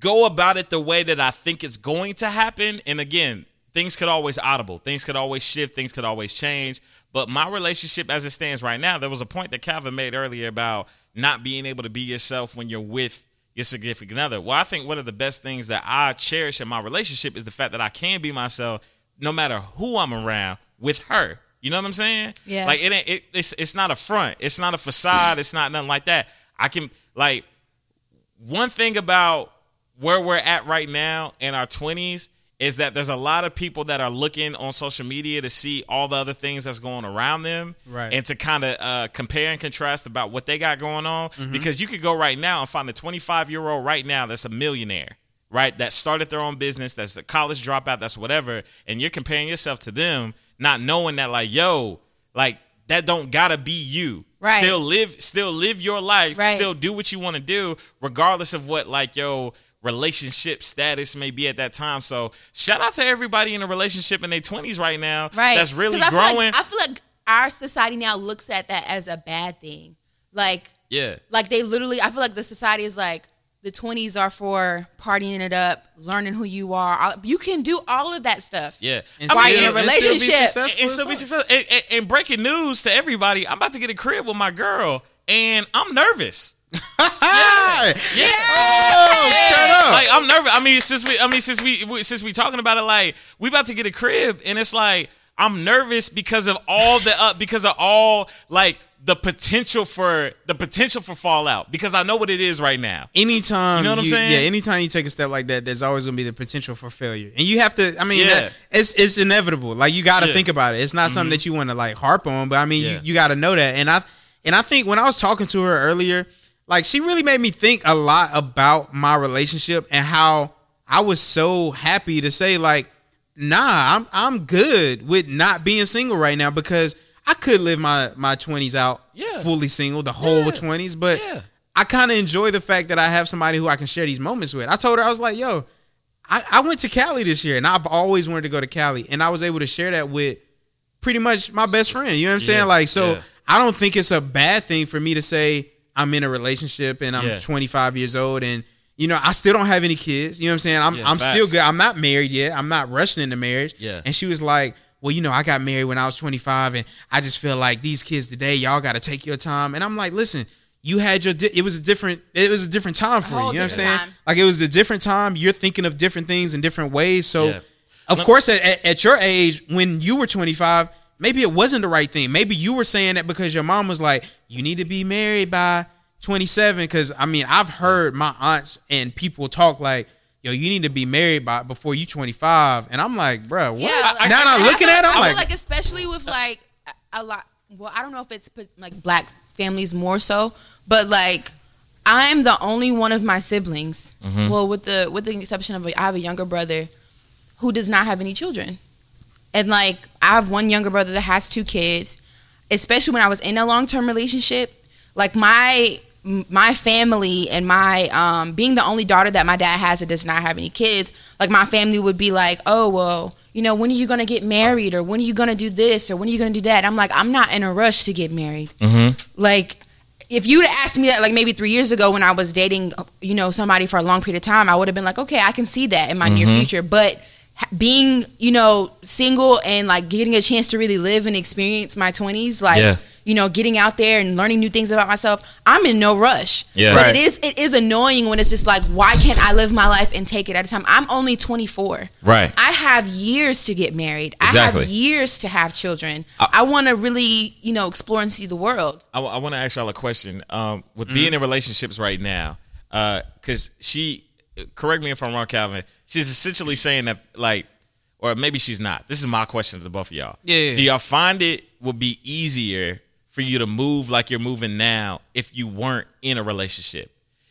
S2: go about it the way that I think it's going to happen. And again, things could always audible, things could always shift, things could always change. But my relationship as it stands right now, there was a point that Calvin made earlier about not being able to be yourself when you're with your significant other. Well, I think one of the best things that I cherish in my relationship is the fact that I can be myself no matter who I'm around with her. You know what I'm saying?
S3: Yeah.
S2: Like it ain't it, it's it's not a front. It's not a facade. It's not nothing like that. I can like one thing about where we're at right now in our 20s is that there's a lot of people that are looking on social media to see all the other things that's going around them
S1: Right.
S2: and to kind of uh, compare and contrast about what they got going on because you could go right now and find a 25 year old right now that's a millionaire right that started their own business that's a college dropout that's whatever and you're comparing yourself to them not knowing that like yo like that don't gotta be you
S3: Right.
S2: still live still live your life
S3: Right.
S2: still do what you want to do regardless of what like your relationship status may be at that time so shout out to everybody in a relationship in their 20s right now
S3: right
S2: that's really
S3: 'Cause I feel like-
S2: growing
S3: i feel like our society now looks at that as a bad thing like
S2: yeah
S3: like they literally i feel like the society is like the 20s are for partying it up learning who you are All- you can do all of that stuff
S2: yeah
S1: And
S2: I mean,
S3: Why
S1: still-
S3: in
S1: and
S3: a
S1: still be
S3: relationship?
S1: successful
S2: and
S1: as
S2: still be
S1: fuck.
S2: successful. And, and- and breaking news to everybody, I'm about to get a crib with my girl, and I'm nervous.
S1: Hi!
S2: Yeah.
S1: Oh, turn up.
S2: Like I'm nervous. I mean, since we, I mean, since we, we, since we talking about it, like we about to get a crib, and it's like I'm nervous because of all the up, because of all like the potential for the potential for fallout, because I know what it is right now.
S1: anytime
S2: You know what I'm saying?
S1: Yeah, anytime you take a step like that, there's always gonna be the potential for failure, and you have to. I mean,
S2: Yeah.
S1: that- it's it's inevitable. Like you got to
S2: Yeah. Mm-hmm.
S1: think about it. It's not something that you want to like harp on, but I mean,
S2: Yeah.
S1: you, you got to know that. And I and I think when I was talking to her earlier, like she really made me think a lot about my relationship and how I was so happy to say like, nah, I'm I'm good with not being single right now because. I could live my my twenties out
S2: Yeah.
S1: fully single, the whole
S2: Yeah.
S1: twenties, but
S2: Yeah.
S1: I kind of enjoy the fact that I have somebody who I can share these moments with. I told her I was like, "Yo, I, I went to Cali this year, and I've always wanted to go to Cali, and I was able to share that with pretty much my best friend." You know what I'm
S2: Yeah,
S1: saying? Like, so
S2: yeah.
S1: I don't think it's a bad thing for me to say I'm in a relationship and I'm
S2: Yeah.
S1: 25 years old, and you know I still don't have any kids. You know what I'm saying? I'm
S2: Yeah,
S1: I'm still
S2: facts.
S1: good. I'm not married yet. I'm not rushing into marriage.
S2: Yeah.
S1: And she was like, well, you know, I got married when I was 25, and I just feel like these kids today, y'all got to take your time. And I'm like, listen, you had your, di- it was a different, it was a different time for you. You know
S3: whole
S1: what I'm saying?
S3: different time.
S1: Like it was a different time. You're thinking of different things in different ways. So,
S2: Yeah.
S1: of
S2: Lem-
S1: course, at- at, at your age, when you were 25, maybe it wasn't the right thing. Maybe you were saying that because your mom was like, you need to be married by 27. Because I mean, I've heard my aunts and people talk like, yo, you need to be married by before you 25. And I'm like, bruh, what?
S3: Yeah, like-
S1: now that I'm looking
S3: I
S1: at
S3: feel,
S1: it, I'm
S3: I
S1: like,
S3: feel like especially with like a a lot. Well, I don't know if it's put- like black families more so, but like I'm the only one of my siblings.
S1: Mm-hmm.
S3: Well, with the with the exception of a, I have a younger brother who does not have any children, and like I have one younger brother that has two kids. Especially when I was in a long term relationship, like my my family and my um, being the only daughter that my dad has that does not have any kids, like my family would be like, oh well, you know, when are you gonna get married or when are you gonna do this or when are you gonna do that? And I'm like, I'm not in a rush to get married. Like, if you'd asked me that like maybe three years ago when I was dating, you know, somebody for a long period of time, I would have been like, okay, I can see that in my near
S2: Mm-hmm.
S3: future, but. ha- Being, you know, single and like getting a chance to really live and experience my 20s, like,
S2: Yeah.
S3: you know, getting out there and learning new things about myself, I'm in no rush.
S2: Yeah.
S3: But
S1: Right.
S3: it is it is annoying when it's just like, why can't I live my life and take it at a time? I'm only 24.
S2: Right.
S3: I have years to get married. I
S2: Exactly.
S3: have years to have children.
S2: I-
S3: I, want to really, you know, explore and see the world.
S2: I, want to ask y'all a question. Um, with being in relationships right now, because she, correct me if I'm wrong, Calvin. She's essentially saying that, like, or maybe she's not. This is my question to the both of y'all.
S1: Yeah, yeah, yeah.
S2: Do y'all find it would be easier for you to move like you're moving now if you weren't in a relationship?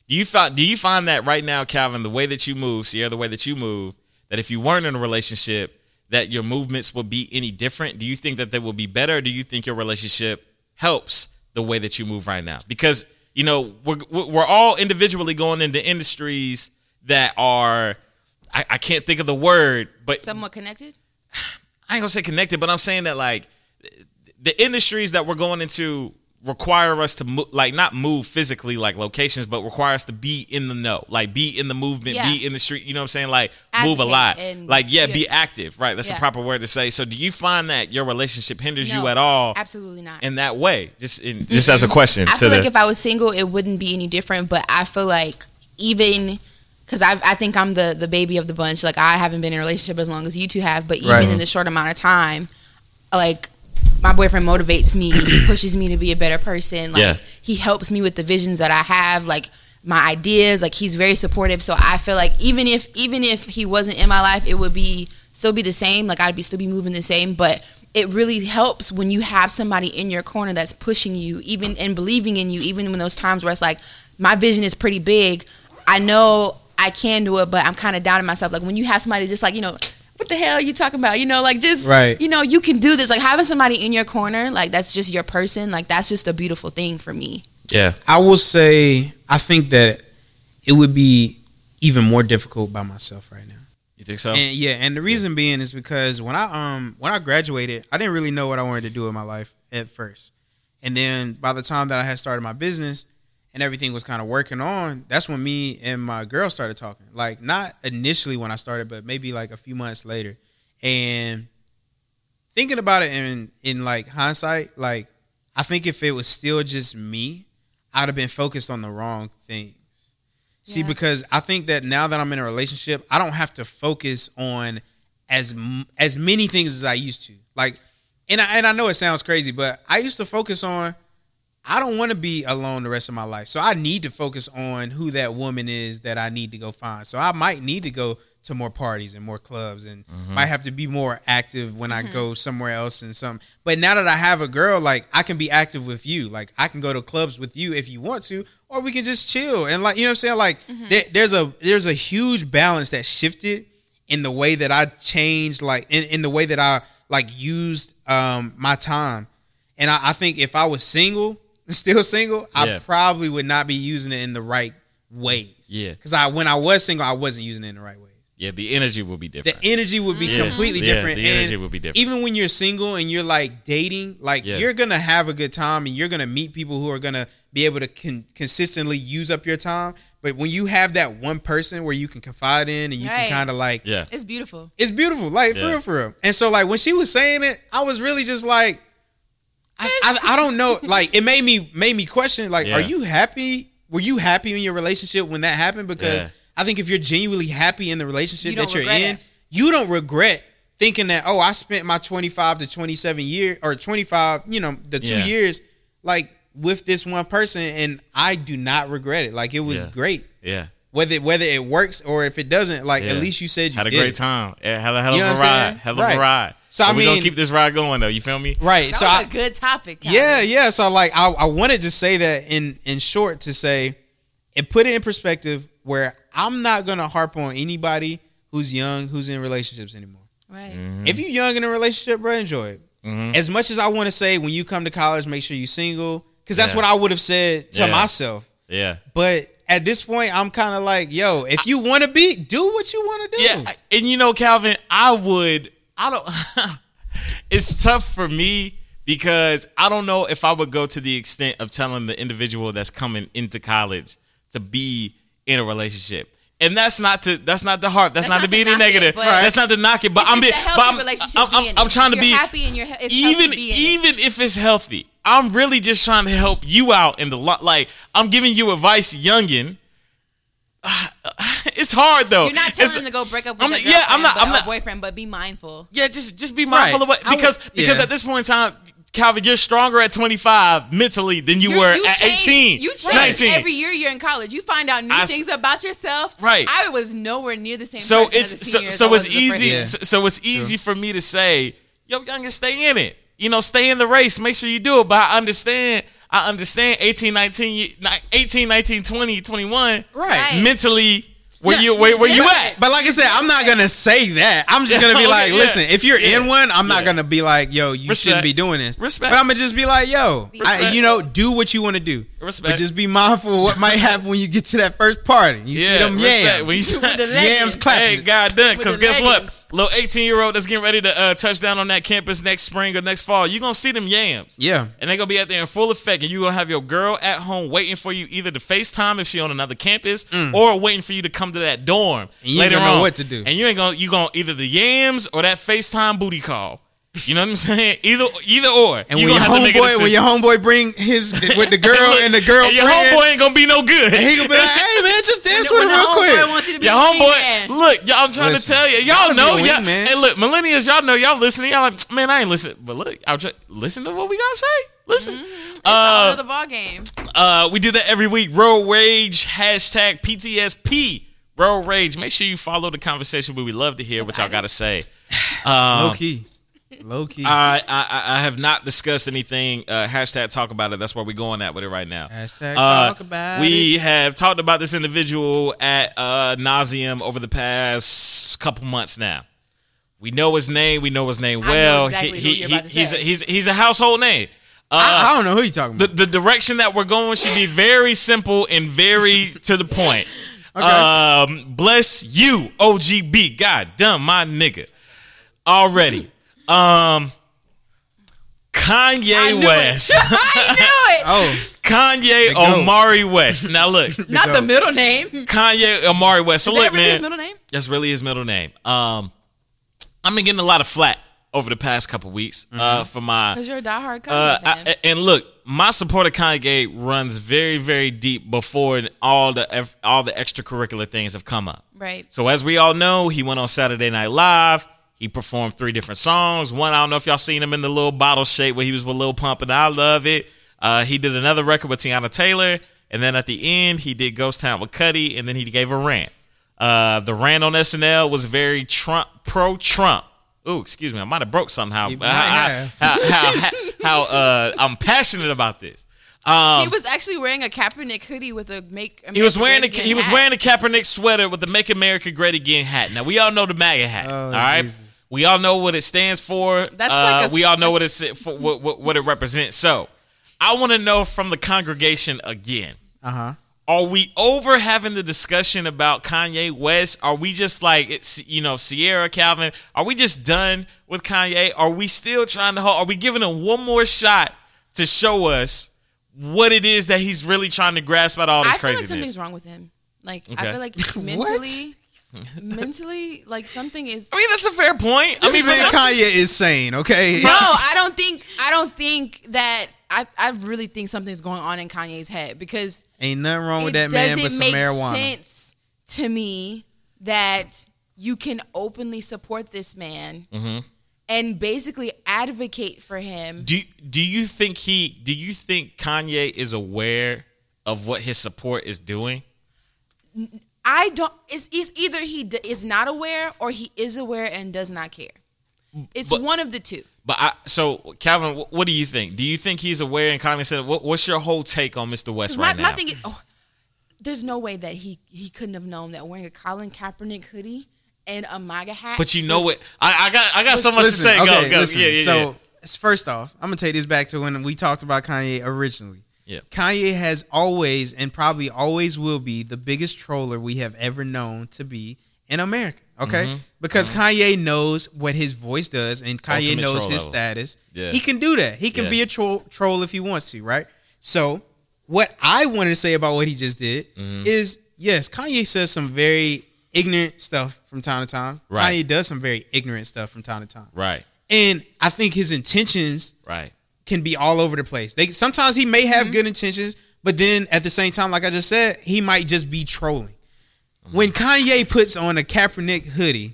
S2: Do you find Do you find that right now, Calvin, the way that you move, Sierra, the way that you move, that if you weren't in a relationship, that your movements would be any different? Do you think that they would be better? Or do you think your relationship helps the way that you move right now? Because you know we're we're we're all individually going into industries that are. I, I can't think of the word, but
S3: Somewhat connected?
S2: I ain't gonna say connected, but I'm saying that like the industries that we're going into require us to mo- like not move physically like locations, but require us to be in the know, like be in the movement,
S3: Yeah.
S2: be in the street. You know what I'm saying? Like move a
S3: Advocate
S2: lot,
S3: and-
S2: like yeah, be
S3: yes.
S2: active. Right, that's the
S3: Yeah.
S2: proper word to say. So, do you find that your relationship hinders
S3: No,
S2: you at all
S3: Absolutely not.
S2: in that way? Just in, just as a question
S3: I
S2: to
S3: feel
S2: the
S3: like if I was single, it wouldn't be any different. But I feel like even because I, I think I'm the the baby of the bunch. Like I haven't been in a relationship as long as you two have, but even
S1: Right.
S3: in the short amount of time, like my boyfriend motivates me, he pushes me to be a better person. Like
S2: Yeah.
S3: he helps me with the visions that I have. Like my ideas like he's very supportive so i feel like even if even if he wasn't in my life it would be still be the same like i'd be still be moving the same but it really helps when you have somebody in your corner that's pushing you even and believing in you even when those times where it's like my vision is pretty big i know i can do it but i'm kind of doubting myself like when you have somebody just like you know what the hell are you talking about you know like just
S1: Right.
S3: you know you can do this like having somebody in your corner like that's just your person like that's just a beautiful thing for me
S2: yeah
S1: I will say, I think that it would be even more difficult by myself right now.
S2: you think so
S1: And yeah, and the reason being is because when I um when I graduated, I didn't really know what I wanted to do in my life at first. And then by the time that I had started my business and everything was kind of working on, that's when me and my girl started talking. Like not initially when I started, but maybe like a few months later. And thinking about it in in like hindsight, like I think if it was still just me, I'd have been focused on the wrong things. See,
S3: Yeah.
S1: because I think that now that I'm in a relationship, I don't have to focus on as m- as many things as I used to. Like, and I, and I know it sounds crazy, but I used to focus on I don't want to be alone the rest of my life, so I need to focus on who that woman is that I need to go find. So I might need to go to more parties and more clubs, and
S2: Mm-hmm.
S1: might have to be more active when I go somewhere else and some. But now that I have a girl, like I can be active with you. Like I can go to clubs with you if you want to, or we can just chill and like you know what I'm saying. Like there, there's a there's a huge balance that shifted in the way that I changed, like in, in the way that I like used um my time. And I, I think if I was single, still single,
S2: Yeah.
S1: I probably would not be using it in the right ways.
S2: Yeah.
S1: Because I when I was single, I wasn't using it in the right ways.
S2: Yeah, the energy will be different.
S1: the energy would be
S2: Yeah,
S1: completely
S2: yeah,
S1: different.
S2: the energy
S1: and
S2: would be different. e-
S1: Even when you're single and you're like dating, like
S2: Yeah.
S1: you're gonna have a good time and you're gonna meet people who are gonna be able to con- consistently use up your time. But when you have that one person where you can confide in and you can
S3: Right.
S1: kind of like,
S2: yeah.
S3: It's beautiful.
S1: it's beautiful, like for
S2: Yeah.
S1: real, for real. And so like when she was saying it, I was really just like, I, I, I don't know. Like it made me made me question. Like,
S2: Yeah.
S1: are you happy? Were you happy in your relationship when that happened? Because
S2: Yeah.
S1: I think if you're genuinely happy in the relationship
S3: You don't
S1: that you're
S3: regret
S1: in,
S3: it.
S1: you don't regret thinking that oh, I spent my 25 to 27 year or 25, you know, the two
S2: Yeah.
S1: years like with this one person, and I do not regret it. Like it was
S2: Yeah.
S1: great.
S2: Yeah.
S1: Whether whether it works or if it doesn't, like
S2: Yeah.
S1: at least you said you
S2: Had a
S1: did
S2: great
S1: it.
S2: time. Yeah, hell, hell
S1: You know
S2: of
S1: what
S2: a
S1: I'm
S2: ride.
S1: saying?
S2: Hell of
S1: Right.
S2: a ride.
S1: So, I
S2: But we gonna
S1: mean-
S2: keep this ride going though. You feel me?
S1: Right.
S3: That
S1: so
S3: was
S1: I,
S3: a good topic. Calvin.
S1: yeah, yeah. So like I, I wanted to say that in in short to say and put it in perspective where I'm not gonna harp on anybody who's young who's in relationships anymore.
S3: Right.
S2: Mm-hmm.
S1: If you're young in a relationship, bro, enjoy it.
S2: Mhm.
S1: As much as I want to say when you come to college, make sure you're single, because that's
S2: Yeah.
S1: what I would have said to
S2: Yeah.
S1: myself.
S2: Yeah.
S1: But at this point, I'm kind of like, yo, if you want to be, do what you want to do.
S2: Yeah, and you know, Calvin, I would. I don't. it's tough for me because I don't know if I would go to the extent of telling the individual that's coming into college to be in a relationship. And that's not to that's not the heart. That's, not, to be any
S3: knock it,
S2: negative.
S3: but-
S2: that's not to knock it. But
S3: It's
S2: I'm
S3: just
S2: being.
S3: a
S2: But
S3: healthy
S2: I'm,
S3: relationship
S2: I'm, I'm,
S3: being
S2: I'm
S3: in.
S2: trying to
S3: You're
S2: be
S3: happy and you're he- it's
S2: even
S3: healthy being in.
S2: even if it's healthy. I'm really just trying to help you out in the lot. Like I'm giving you advice, youngin. It's hard though.
S3: You're not telling
S2: It's-
S3: them to go break up with
S2: I'm
S3: their
S2: not- yeah, I'm
S3: girlfriend
S2: not-
S3: but-
S2: I'm not-
S3: or boyfriend, but be mindful.
S2: Yeah, just just be mindful
S1: Right.
S2: of what
S1: I would-
S2: because because
S1: yeah.
S2: at this point in time, Calvin, you're stronger at 25 mentally than you
S3: You're-
S2: were
S3: you
S2: at
S3: change-
S2: 18,
S3: You change
S2: 19.
S3: every year you're in college. You find out new
S2: I s-
S3: things about yourself.
S2: Right.
S3: I was nowhere near the same.
S2: so
S3: person as a
S2: it's so,
S3: senior as I
S2: so
S3: was
S2: it's
S3: as a
S2: easy
S3: freshman.
S1: year.
S2: so, so it's easy for me to say, yo, youngest, stay in it. You know, stay in the race. Make sure you do it. But I understand. I understand 18, 19, you- ni- 18, 19, 20, 21.
S1: Right.
S2: Mentally, where
S1: No,
S2: you where, where you
S3: different.
S2: at?
S1: But like I said, I'm not gonna say that. I'm just gonna be
S2: Yeah,
S1: like,
S2: yeah,
S1: listen, if you're
S2: yeah,
S1: in one, I'm not
S2: yeah.
S1: gonna be like, yo, you
S2: Respect.
S1: shouldn't be doing this.
S2: Respect.
S1: But I'm gonna just be like, yo, I,
S2: Respect.
S1: you know, do what you want to do.
S2: Respect.
S1: But just be mindful of what might happen when you get to that first party. You see
S2: Yeah,
S1: them
S2: respect.
S1: yams,
S2: When you-
S3: With the
S1: yams
S3: legends.
S1: clapping.
S2: Hey, God done.
S3: With
S2: Because
S3: the
S2: guess
S3: leggings.
S2: what? Little 18 year old that's getting ready to uh, touch down on that campus next spring or next fall, you're going to see them yams.
S1: Yeah,
S2: And they're going to be out there in full effect. And you're going to have your girl at home waiting for you either to FaceTime if she on another campus or waiting for you to come to that dorm
S1: Mm. And you ain't
S2: later
S1: gonna know
S2: on.
S1: what to do.
S2: And you ain't going to, you going to either the yams or that FaceTime booty call. You know what I'm saying? Either either or.
S1: and
S2: you
S1: when
S2: gonna
S1: your
S2: have to make a
S1: homeboy, when
S2: decision.
S1: your homeboy bring his with the girl and the girl,
S2: And your homeboy ain't going to be no good.
S1: and he gonna be like, hey man, just dance
S3: When
S1: with
S3: the
S1: him real
S3: homeboy
S1: quick.
S3: wants you to be
S2: Your
S3: the
S2: homeboy,
S3: man.
S2: look, y'all, I'm trying to
S1: Listen,
S2: tell you,
S1: y'all
S2: y'all
S1: be
S2: know,
S1: the
S2: y'all,
S1: wingman.
S2: and look, millennials, y'all know, y'all listening, y'all like, man, I ain't listen, but look, I'll try, listen to what we gotta say. Listen, uh,
S3: Another ball game.
S2: uh, we do that every week. Road rage hashtag PTSP. Road rage. Make sure you follow the conversation. But we love to hear what y'all gotta say. Um, Uh,
S1: Low key, low key.
S2: I I, I- I have not discussed anything. Uh, hashtag talk about it. That's where we're going at with it right now.
S1: Hashtag
S2: Uh,
S1: talk about it.
S2: we have talked about this individual at uh, nauseum over the past couple months now. We know his name. We know his name
S3: know
S2: well.
S3: exactly who you're about to
S2: he's, a,
S3: say.
S2: he's he's a household name.
S1: I, I don't know who you talking
S2: uh, The,
S1: about.
S2: the direction that we're going should be very simple and very to the point. Um, bless you, OGB. God damn, my nigga. Already. Um,
S3: I
S2: Kanye
S3: knew
S2: West.
S3: it. I knew it.
S1: Oh,
S2: Kanye
S1: goat.
S2: Omari West. Now look,
S3: Not the
S1: dope.
S3: middle name.
S2: Kanye Omari West. So
S3: Is that
S2: look,
S3: really his
S2: man. Uh,
S3: middle name?
S2: That's really his middle name. Um, I've been getting a lot of flack over the past couple weeks uh,
S3: Mm-hmm.
S2: for my
S3: Because you're a diehard Kanye
S2: uh,
S3: fan.
S2: I- and look, my support of Kanye runs very, very deep before all the eff- all the extracurricular things have come up.
S3: right.
S2: So as we all know, he went on Saturday Night Live. He performed three different songs. One, I don't know if y'all seen him in the little bottle shape where he was with Lil Pump, and I love it. Uh, he did another record with Tiana Taylor, and then at the end, he did Ghost Town with Cuddy, and then he gave a rant. Uh, the rant on SNL was very Trump, pro Trump. Ooh, excuse me, I might have broke somehow.
S1: You might
S2: How,
S1: have.
S2: how, how, how uh, I'm passionate about this.
S3: he was actually wearing a Kaepernick hoodie with a make.
S2: um, He was wearing a,
S3: a,
S2: he was wearing a Kaepernick sweater with the "Make America Great Again" hat. Now we all know the MAGA hat.
S1: Oh,
S2: all right,
S1: Jesus.
S2: we all know what it stands for.
S3: That's
S2: Uh,
S3: like a-
S2: we all know what it's for, what, what what it represents. So, I want to know from the congregation again:
S1: uh huh.
S2: Are we over having the discussion about Kanye West? Are we just like it's you know Sierra Calvin? Are we just done with Kanye? Are we still trying to hold? Are we giving him one more shot to show us what it is that he's really trying to grasp out of all
S3: I
S2: this
S3: feel like
S2: craziness?
S3: something's wrong with him. Like
S2: Okay.
S3: I feel like mentally, mentally, like something is.
S2: I mean, that's a fair point. I
S1: I
S2: mean,
S1: mean, man, Kanye is sane. Okay,
S3: No, I don't think. I don't think that. I, I really think something's going on in Kanye's head because
S1: ain't nothing wrong with that
S3: it
S1: man, but
S3: doesn't
S1: some
S3: make
S1: marijuana.
S3: sense to me that you can openly support this man and basically advocate for him.
S2: do do you think he? Do you think Kanye is aware of what his support is doing?
S3: I don't. It's, it's either he d- is not aware or he is aware and does not care. It's
S2: But-
S3: one of the two.
S2: But I, so Calvin, wh- what do you think? Do you think he's aware and Kanye said? What, what's your whole take on Mr. West
S3: my,
S2: right
S3: my
S2: now?
S3: thing is, oh, there's no way that he he couldn't have known that wearing a Colin Kaepernick hoodie and a MAGA hat.
S2: but you know
S3: was-
S2: what? I, I got I got so much
S1: Listen,
S2: to say. Go
S1: okay,
S2: go.
S1: listen,
S2: yeah yeah yeah.
S1: so s- first off, I'm gonna take this back to when we talked about Kanye originally.
S2: Yeah.
S1: Kanye has always and probably always will be the biggest troller we have ever known to be in America. Okay,
S2: Mm-hmm.
S1: because Kanye knows what his voice does, and Kanye
S2: Ultimate
S1: knows
S2: troll
S1: his
S2: level.
S1: status.
S2: Yeah.
S1: He can do that. He can
S2: Yeah.
S1: be a troll, troll if he wants to, right? So, what I wanted to say about what he just did
S2: Mm-hmm.
S1: is yes, Kanye says some very ignorant stuff from time to time.
S2: Right.
S1: Kanye does some very ignorant stuff from time to time
S2: Right
S1: and I think his intentions
S2: right.
S1: can be all over the place. They sometimes he may
S3: Mm-hmm.
S1: have good intentions, but then at the same time, like I just said, he might just be trolling.
S2: Mm-hmm.
S1: When Kanye puts on a Kaepernick hoodie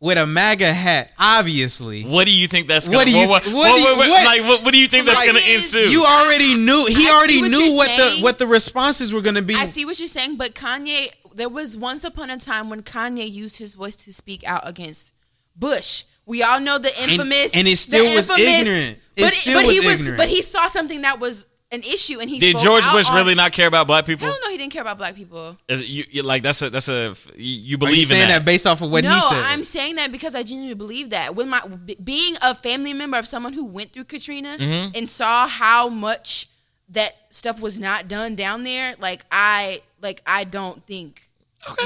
S1: with a MAGA hat, obviously.
S2: What do you think that's? Gonna,
S1: What do you-
S2: What,
S1: what do you- what-
S2: like? What, what do you think that's
S1: Like,
S2: going to
S3: is-
S2: ensue?
S1: You already knew he
S3: see
S1: already
S3: what
S1: knew
S3: you're
S1: what the
S3: saying.
S1: what the responses were gonna be.
S3: I see what you're saying, but Kanye, there was once upon a time when Kanye used his voice to speak out against Bush. We all know the infamous,
S1: and it
S3: the
S1: still was ignorant. It
S3: but,
S1: still
S3: but he
S1: was
S3: was,
S1: ignorant.
S3: but he saw something that was an issue, and he
S2: Did
S3: spoke
S2: George
S3: out
S2: Bush
S3: on-
S2: really not care about black people?
S3: Hell no, he didn't care about black people.
S2: Is it- you, you- like that's a that's a you, you
S1: Are you
S2: believe in
S1: saying
S2: that?
S1: that. based off of what
S3: no,
S1: he said?
S3: I'm saying that because I genuinely believe that. With my b- being a family member of someone who went through Katrina
S2: Mm-hmm.
S3: and saw how much that stuff was not done down there, like I like I don't think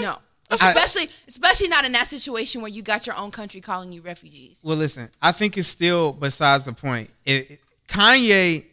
S3: no. Especially especially not in that situation where you got your own country calling you refugees.
S1: Well, listen, I think it's still besides the point. It, it- Kanye,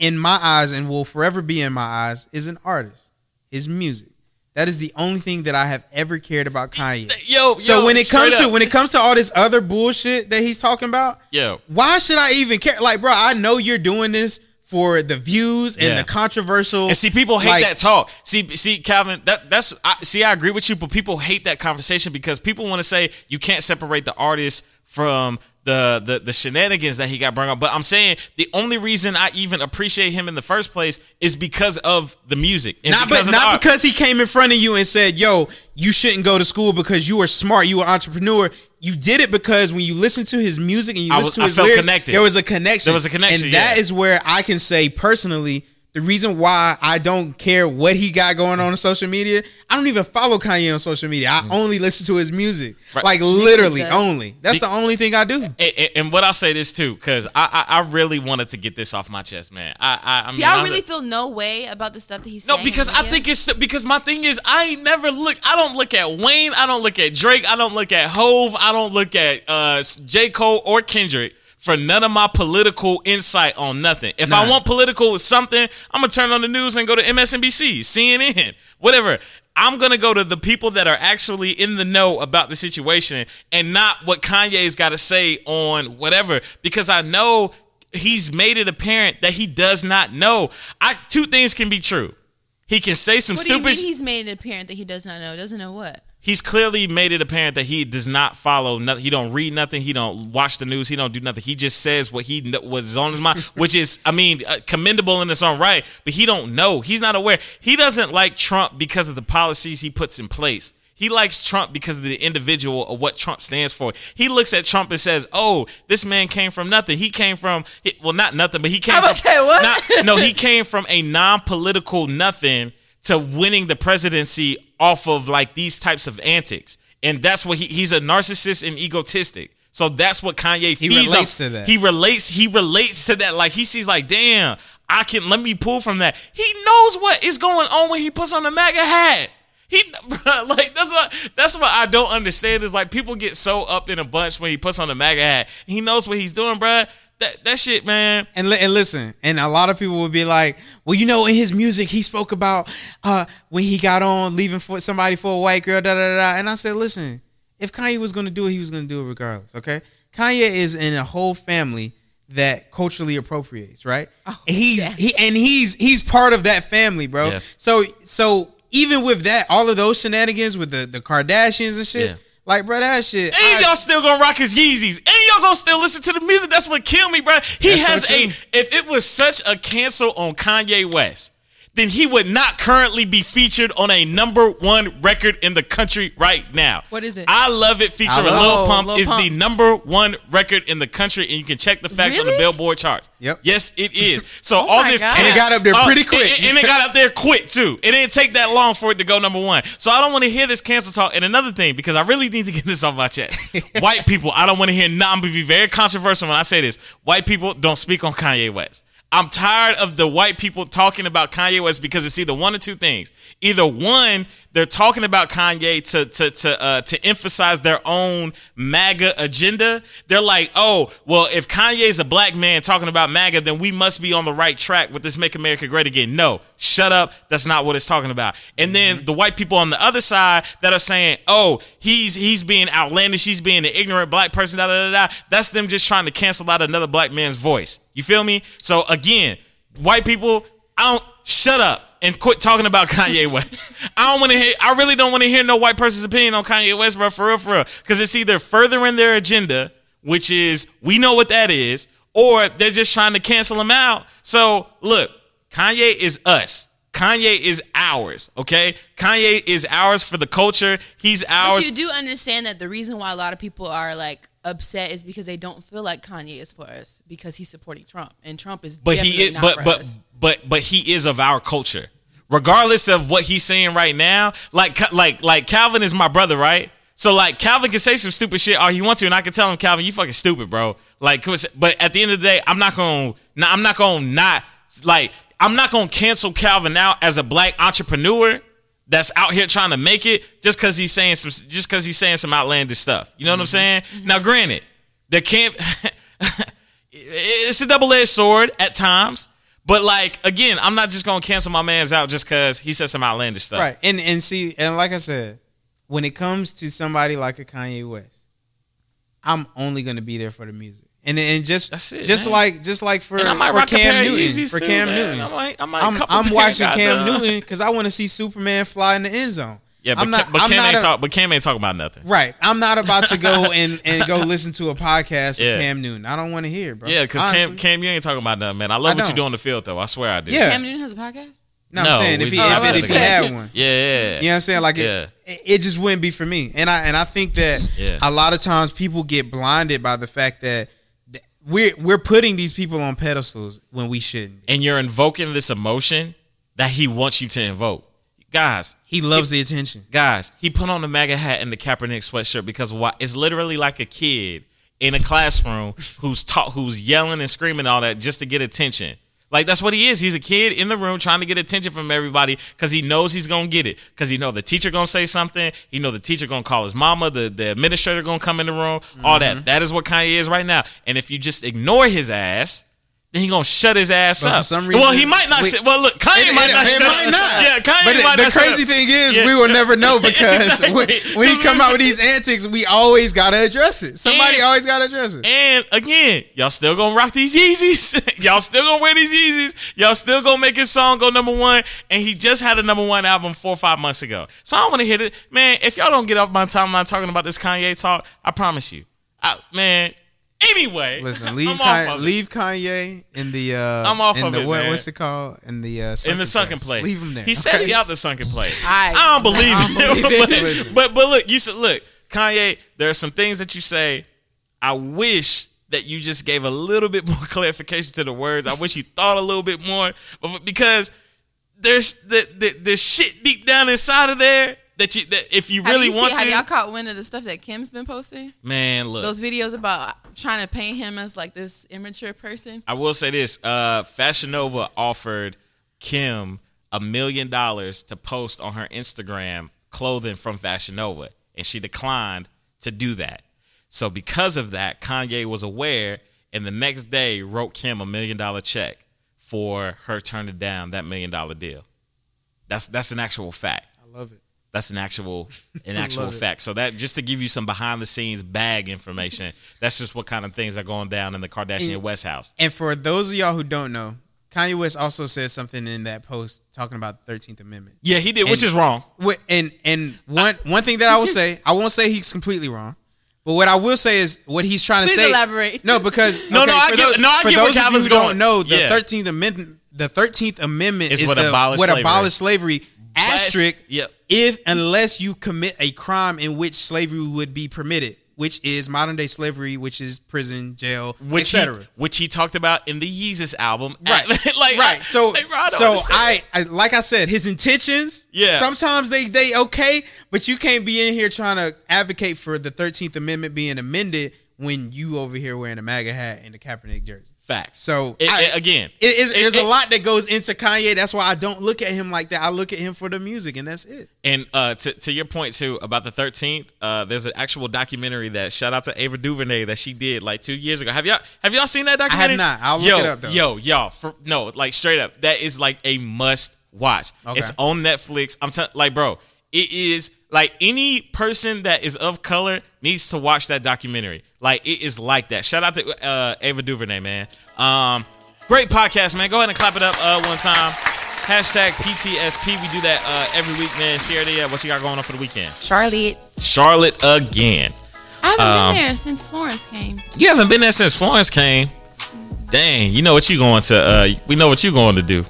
S1: in my eyes, and will forever be in my eyes, is an artist. His music. That is the only thing that I have ever cared about Kanye.
S2: Yo,
S1: So
S2: yo,
S1: when it comes
S2: straight
S1: to
S2: up.
S1: when it comes to all this other bullshit that he's talking about,
S2: yo,
S1: why should I even care? Like, bro, I know you're doing this for the views and
S2: Yeah.
S1: the controversial.
S2: And see, people hate
S1: like-
S2: that talk. See, see, Calvin, that that's I, see, I agree with you, but people hate that conversation because people want to say you can't separate the artist from the, the the shenanigans that he got brought up. But I'm saying the only reason I even appreciate him in the first place is because of the music, and
S1: Not,
S2: because
S1: because,
S2: of the
S1: not
S2: art.
S1: because he came in front of you and said, "Yo, you shouldn't go to school because you are smart, you are an entrepreneur." You did it because when you listen to his music and you
S2: I
S1: listen
S2: was-
S1: to
S2: I
S1: his
S2: felt
S1: lyrics,
S2: connected.
S1: there was a connection.
S2: There was a connection,
S1: and that
S2: yeah.
S1: is where I can say personally the reason why I don't care what he got going on on social media. I don't even follow Kanye on social media. I only listen to his music,
S2: Mm. Right.
S1: like literally
S3: does.
S1: only. That's
S2: Be-
S1: the only thing I do.
S2: And, and- and what I'll say this too, because I, I I really wanted to get this off my chest, man. I I, I
S3: See,
S2: mean,
S3: I
S2: I was-
S3: really feel no way about the stuff that he's
S2: No,
S3: saying.
S2: because I
S3: Yeah.
S2: think it's because my thing is I ain't never look. I don't look at Wayne. I don't look at Drake. I don't look at Hove. I don't look at uh, J Cole or Kendrick for none of my political insight on nothing. If I
S1: Nah.
S2: want political with something, I'm gonna turn on the news and go to MSNBC, CNN, whatever. I'm gonna go to the people that are actually in the know about the situation and not what Kanye's got to say on whatever because I know. He's made it apparent that he does not know. I two things can be true. He can say some
S3: what do you
S2: stupid.
S3: mean
S2: sh-
S3: he's made it apparent that he does not know? Doesn't know what?
S2: he's clearly made it apparent that he does not follow nothing. He don't read nothing. He don't watch the news. He don't do nothing. He just says what he kn- what's on his mind, which is, I mean, uh, commendable in its own right. But he don't know. He's not aware. He doesn't like Trump because of the policies he puts in place. He likes Trump because of the individual of what Trump stands for. He looks at Trump and says, "Oh, this man came from nothing. He came from he- well, not nothing, but he came
S3: I
S2: from
S3: was like, what?
S2: not- no, he came from a non-political nothing to winning the presidency off of like these types of antics, and that's what he, he's a narcissist and egotistic. So that's what Kanye
S1: He
S2: feeds
S1: relates
S2: off-
S1: to that.
S2: He relates. He relates to that. Like he sees, like, damn, I can let me pull from that. He knows what is going on when he puts on the MAGA hat. He bruh, like that's what that's what I don't understand is like people get so up in a bunch when he puts on the MAGA hat. He knows what he's doing, bruh. That that shit, man.
S1: And, li- and listen, and a lot of people would be like, well, you know, in his music, he spoke about uh, when he got on leaving for somebody for a white girl, da da da. da. And I said, listen, if Kanye was going to do it, he was going to do it regardless. Okay, Kanye is in a whole family that culturally appropriates, right? and he's
S3: yeah.
S1: he and he's he's part of that family, bro.
S2: Yeah.
S1: So so even with that, all of those shenanigans with the the Kardashians and shit,
S2: Yeah.
S1: like bro, that shit. I-
S2: And y'all still gonna rock his Yeezys. And y'all gonna still listen to the music. That's what killed me, bro. He
S1: That's so
S2: has a.
S1: true.
S2: If it was such a cancel on Kanye West, then he would not currently be featured on a number one record in the country right now.
S3: What is it?
S2: I love it. Featuring
S1: I
S2: Lil
S1: Love-
S2: Pump
S3: Lil
S2: is
S3: Pump.
S2: the number one record in the country, and you can check the facts on the
S3: Really?
S2: Billboard charts.
S1: Yep.
S2: Yes, it is. So
S3: Oh
S2: all
S3: my
S2: this
S3: God.
S1: And it got up there
S2: Oh,
S1: pretty
S2: it-
S1: quick.
S2: it- and it got up there quick too. It didn't take that long for it to go number one. So I don't want to hear this cancel talk. And another thing, because I really need to get this off my chest. White people, I don't want to hear. Nah, I'm gonna be very controversial when I say this. White people don't speak on Kanye West. I'm tired of the white people talking about Kanye West because it's either one or two things. Either one, they're talking about Kanye to to to uh, to emphasize their own MAGA agenda. They're like, oh, well, if Kanye's a black man talking about MAGA, then we must be on the right track with this "Make America Great Again." No, shut up. That's not what it's talking about. And then the white people on the other side that are saying, oh, he's he's being outlandish. He's being an ignorant black person. Da da da da. That's them just trying to cancel out another black man's voice. You feel me? So again, white people, I don't shut up and quit talking about Kanye West. I don't want to hear. I really don't want to hear no white person's opinion on Kanye West, bro. For real, for real, because it's either furthering their agenda, which is we know what that is, or they're just trying to cancel him out. So look, Kanye is us. Kanye is ours. Okay, Kanye is ours for the culture. He's
S3: But
S2: ours.
S3: you do understand that the reason why a lot of people are like upset is because they don't feel like Kanye is for us because he's supporting Trump and Trump is
S2: but
S3: definitely
S2: he is
S3: not
S2: but
S3: for
S2: but
S3: us.
S2: but but he is of our culture regardless of what he's saying right now like like like calvin is my brother right so like calvin can say some stupid shit all he wants to and i can tell him calvin you fucking stupid bro like 'cause- but at the end of the day i'm not gonna nah, i'm not gonna not like i'm not gonna cancel calvin out as a black entrepreneur that's out here trying to make it just because he's saying some just because he's saying some outlandish stuff you know what i'm saying
S3: Mm-hmm.
S2: now granted there can't it's a double-edged sword at times but like again i'm not just gonna cancel my man's out just because he said some outlandish stuff
S1: Right. And and see, and like I said, when it comes to somebody like a Kanye West, I'm only gonna be there for the music. And and just
S2: That's it,
S1: just
S2: man.
S1: like just like for,
S2: and i might
S1: for
S2: rock a pair
S1: Cam
S2: of
S1: Newton.
S2: Yeezys
S1: For
S2: too,
S1: Cam
S2: man.
S1: Newton.
S2: i might, I might
S1: I'm,
S2: couple
S1: I'm
S2: pair,
S1: watching Cam
S2: goddamn.
S1: Newton because I want to see Superman fly in the end zone.
S2: yeah but,
S1: I'm not-
S2: Cam, but
S1: I'm
S2: cam
S1: not
S2: ain't
S1: a-
S2: talk but cam ain't talking about nothing
S1: Right. I'm not about to go and, and go listen to a podcast
S2: Yeah.
S1: of Cam Newton. I don't want to hear, it, bro.
S2: yeah because
S1: Honestly.
S2: cam cam you ain't talking about nothing man i love
S1: I
S2: what you
S1: don't.
S2: do on the field though i swear i do
S1: Yeah.
S3: Cam Newton has a podcast.
S1: No,
S2: No,
S1: I'm saying
S2: we
S1: if he,
S2: just-
S3: Oh, I
S1: if,
S3: was
S1: if he
S3: gonna say.
S1: had one.
S2: yeah
S1: You know what I'm saying? Like
S2: Yeah.
S1: it, it, it just wouldn't be for me. And I and I think that
S2: Yeah.
S1: a lot of times people get blinded by the fact that th- we're we're putting these people on pedestals when we shouldn't.
S2: and you're invoking this emotion that he wants you to invoke guys
S1: He loves the attention.
S2: guys, he put on the MAGA hat and the Kaepernick sweatshirt because why? It's literally like a kid in a classroom who's taught, who's yelling and screaming and all that just to get attention. Like that's what he is. He's a kid in the room trying to get attention from everybody because he knows he's gonna get it. Because he know the teacher gonna say something. He know the teacher gonna call his mama. The the administrator gonna come in the room. All
S1: Mm-hmm.
S2: that. That is what Kanye is right now. And if you just ignore his ass. Then he gonna shut his ass
S1: But for
S2: up.
S1: some
S2: well,
S1: reason-
S2: he might not.
S1: we-
S2: shut, well, look, Kanye
S1: It-
S2: might
S1: it-
S2: not.
S1: it
S2: shut
S1: might
S2: up.
S1: not.
S2: Yeah, Kanye
S1: but
S2: might
S1: the
S2: not. shut
S1: crazy
S2: up.
S1: thing is,
S2: Yeah.
S1: we will never know because
S2: Exactly.
S1: when, when he
S2: Just
S1: come
S2: remember-
S1: out with these antics, we always gotta address it. Somebody
S2: And-
S1: always gotta address it.
S2: And again, y'all still gonna rock these Yeezys. y'all still gonna wear these Yeezys. Y'all still gonna make his song go number one. And he just had a number one album four or five months ago. So I wanna hear this. Man, if y'all don't get off my timeline talking about this Kanye talk, I promise you. I, man, anyway.
S1: Listen, leave
S2: I'm off
S1: Kanye,
S2: of it.
S1: leave Kanye in the uh,
S2: I'm off
S1: in
S2: of
S1: the
S2: it,
S1: what,
S2: man.
S1: what's it called in the uh,
S2: in the sunken place.
S1: Leave him there.
S2: He said
S1: okay?
S2: he out the sunken place.
S3: I-
S2: I don't believe
S3: I don't
S2: it.
S3: believe
S1: it.
S2: but,
S1: Listen.
S2: but but look, you said look, Kanye. There are some things that you say. I wish that you just gave a little bit more clarification to the words. I wish you thought a little bit more, but- because there's the the, the shit deep down inside of there that you that if you
S3: Have
S2: really
S3: you
S2: want
S3: seen, Have y'all
S2: to,
S3: caught wind of the stuff that Kim's been posting?
S2: man, look.
S3: Those videos about trying to paint him as like this immature person.
S2: I will say this: uh, Fashion Nova offered Kim a million dollars to post on her Instagram clothing from Fashion Nova, and she declined to do that. So, because of that, Kanye was aware, and the next day wrote Kim a million dollar check for her turning down that million dollar deal. That's that's an actual fact.
S1: I love it.
S2: That's an actual an actual
S1: Love it.
S2: fact. So that just to give you some behind the scenes bag information. That's just what kind of things are going down in the Kardashian
S1: And-
S2: West house.
S1: And for those of y'all who don't know, Kanye West also said something in that post talking about the 13th Amendment.
S2: Yeah, he did, which
S1: And-
S2: is wrong.
S1: Wh- And and one one thing that I will say, I won't say he's completely wrong, but what I will say is what he's trying to
S3: Please
S1: say.
S3: elaborate.
S1: No, because
S2: No,
S1: okay,
S2: no, I
S1: for
S2: get-
S1: those-
S2: no, I
S1: for
S2: get where
S1: those of you
S2: Calvin's
S1: who don't
S2: going.
S1: Know the
S2: Yeah.
S1: 13th Amendment. The 13th Amendment
S2: Is
S1: is
S2: what
S1: the,
S2: abolished
S1: what
S2: slavery.
S1: abolished slavery. Asterisk
S2: Yep.
S1: if unless you commit a crime in which slavery would be permitted, which is modern day slavery, which is prison, jail,
S2: Which he,
S1: etc.
S2: which he talked about in the Yeezus album.
S1: Right.
S2: like
S1: right. So
S2: like, bro, I don't
S1: so
S2: understand.
S1: I, I like I said, his intentions.
S2: Yeah.
S1: Sometimes they they okay, but you can't be in here trying to advocate for the Thirteenth Amendment being amended when you over here wearing a MAGA hat and a Kaepernick jersey.
S2: facts.
S1: So
S2: It-
S1: I-
S2: it- again,
S1: it is,
S2: it-
S1: there's
S2: it-
S1: a lot that goes into Kanye. That's why I don't look at him like that. I look at him for the music, and that's it.
S2: and uh, to to your point too about the thirteenth, uh, there's an actual documentary that shout out to Ava DuVernay that she did like two years ago. Have y'all have y'all seen that documentary?
S1: not. I'll look
S2: yo,
S1: it up, though.
S2: Yo, y'all, for, no, like straight up, that is like a must watch.
S1: Okay.
S2: It's on Netflix. I'm telling, like, bro, it is like any person that is of color needs to watch that documentary. Like, it is like that. Shout out to uh, Ava DuVernay, man. Um, great podcast, man. Go ahead and clap it up uh, one time. Hashtag PTSP. We do that uh, every week, man. Sherry, yeah, what you got going on for the weekend?
S3: Charlotte.
S2: Charlotte again.
S3: I haven't
S2: Um,
S3: been there since Florence came.
S2: You haven't been there since Florence came. Dang, you know what you going to? Uh, we know what you going to do.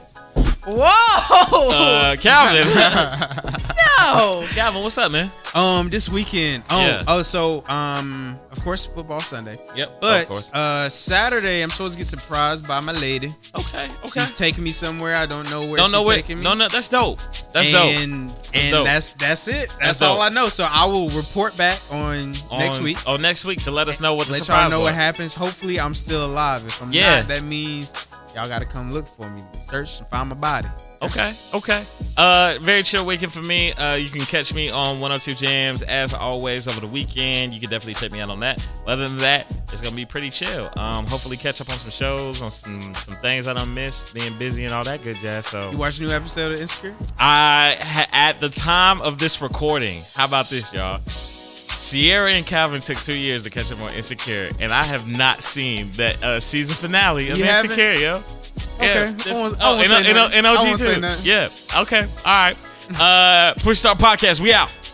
S3: Whoa!
S2: Uh, Calvin,
S3: no!
S2: Calvin, what's up, man?
S1: Um, this weekend. Um,
S2: Yeah.
S1: Oh, so um, of course, football Sunday.
S2: Yep, of course.
S1: But uh, Saturday, I'm supposed to get surprised by my lady.
S2: Okay, okay.
S1: She's taking me somewhere. I don't know where.
S2: Don't know
S1: she's
S2: what.
S1: Taking me.
S2: No, no, that's dope. That's dope.
S1: and and
S2: dope.
S1: that's that's it. That's,
S2: That's
S1: all I
S2: dope.
S1: know. So I will report back on, next
S2: On-
S1: week.
S2: Oh, next week to let us know what the
S1: Let y'all
S2: surprise
S1: know what
S2: was.
S1: happens. Hopefully, I'm still alive. If I'm
S2: Yeah.
S1: not, that means y'all got to come look for me, search and find my body.
S2: Okay, okay. Uh, very chill weekend for me. Uh, you can catch me on 102 Jams as always over the weekend. You can definitely check me out on that. Other than that, it's gonna be pretty chill. Um, hopefully catch up on some shows, on some some things that I missed, being busy and all that good jazz. So
S1: You watch a new episode of Insecure?
S2: I ha- at the time of this recording, how about this, y'all? Sierra and Calvin took two years to catch up on Insecure, and I have not seen that uh, season finale of
S1: You haven't?
S2: Insecure, yo.
S1: Okay.
S2: Yeah,
S1: I won't- I
S2: oh,
S1: won't
S2: and,
S1: say
S2: and,
S1: nothing.
S2: and
S1: I
S2: OG
S1: won't say
S2: too.
S1: nothing.
S2: Yeah. Okay. All right. Uh, Push Start Podcast. We out.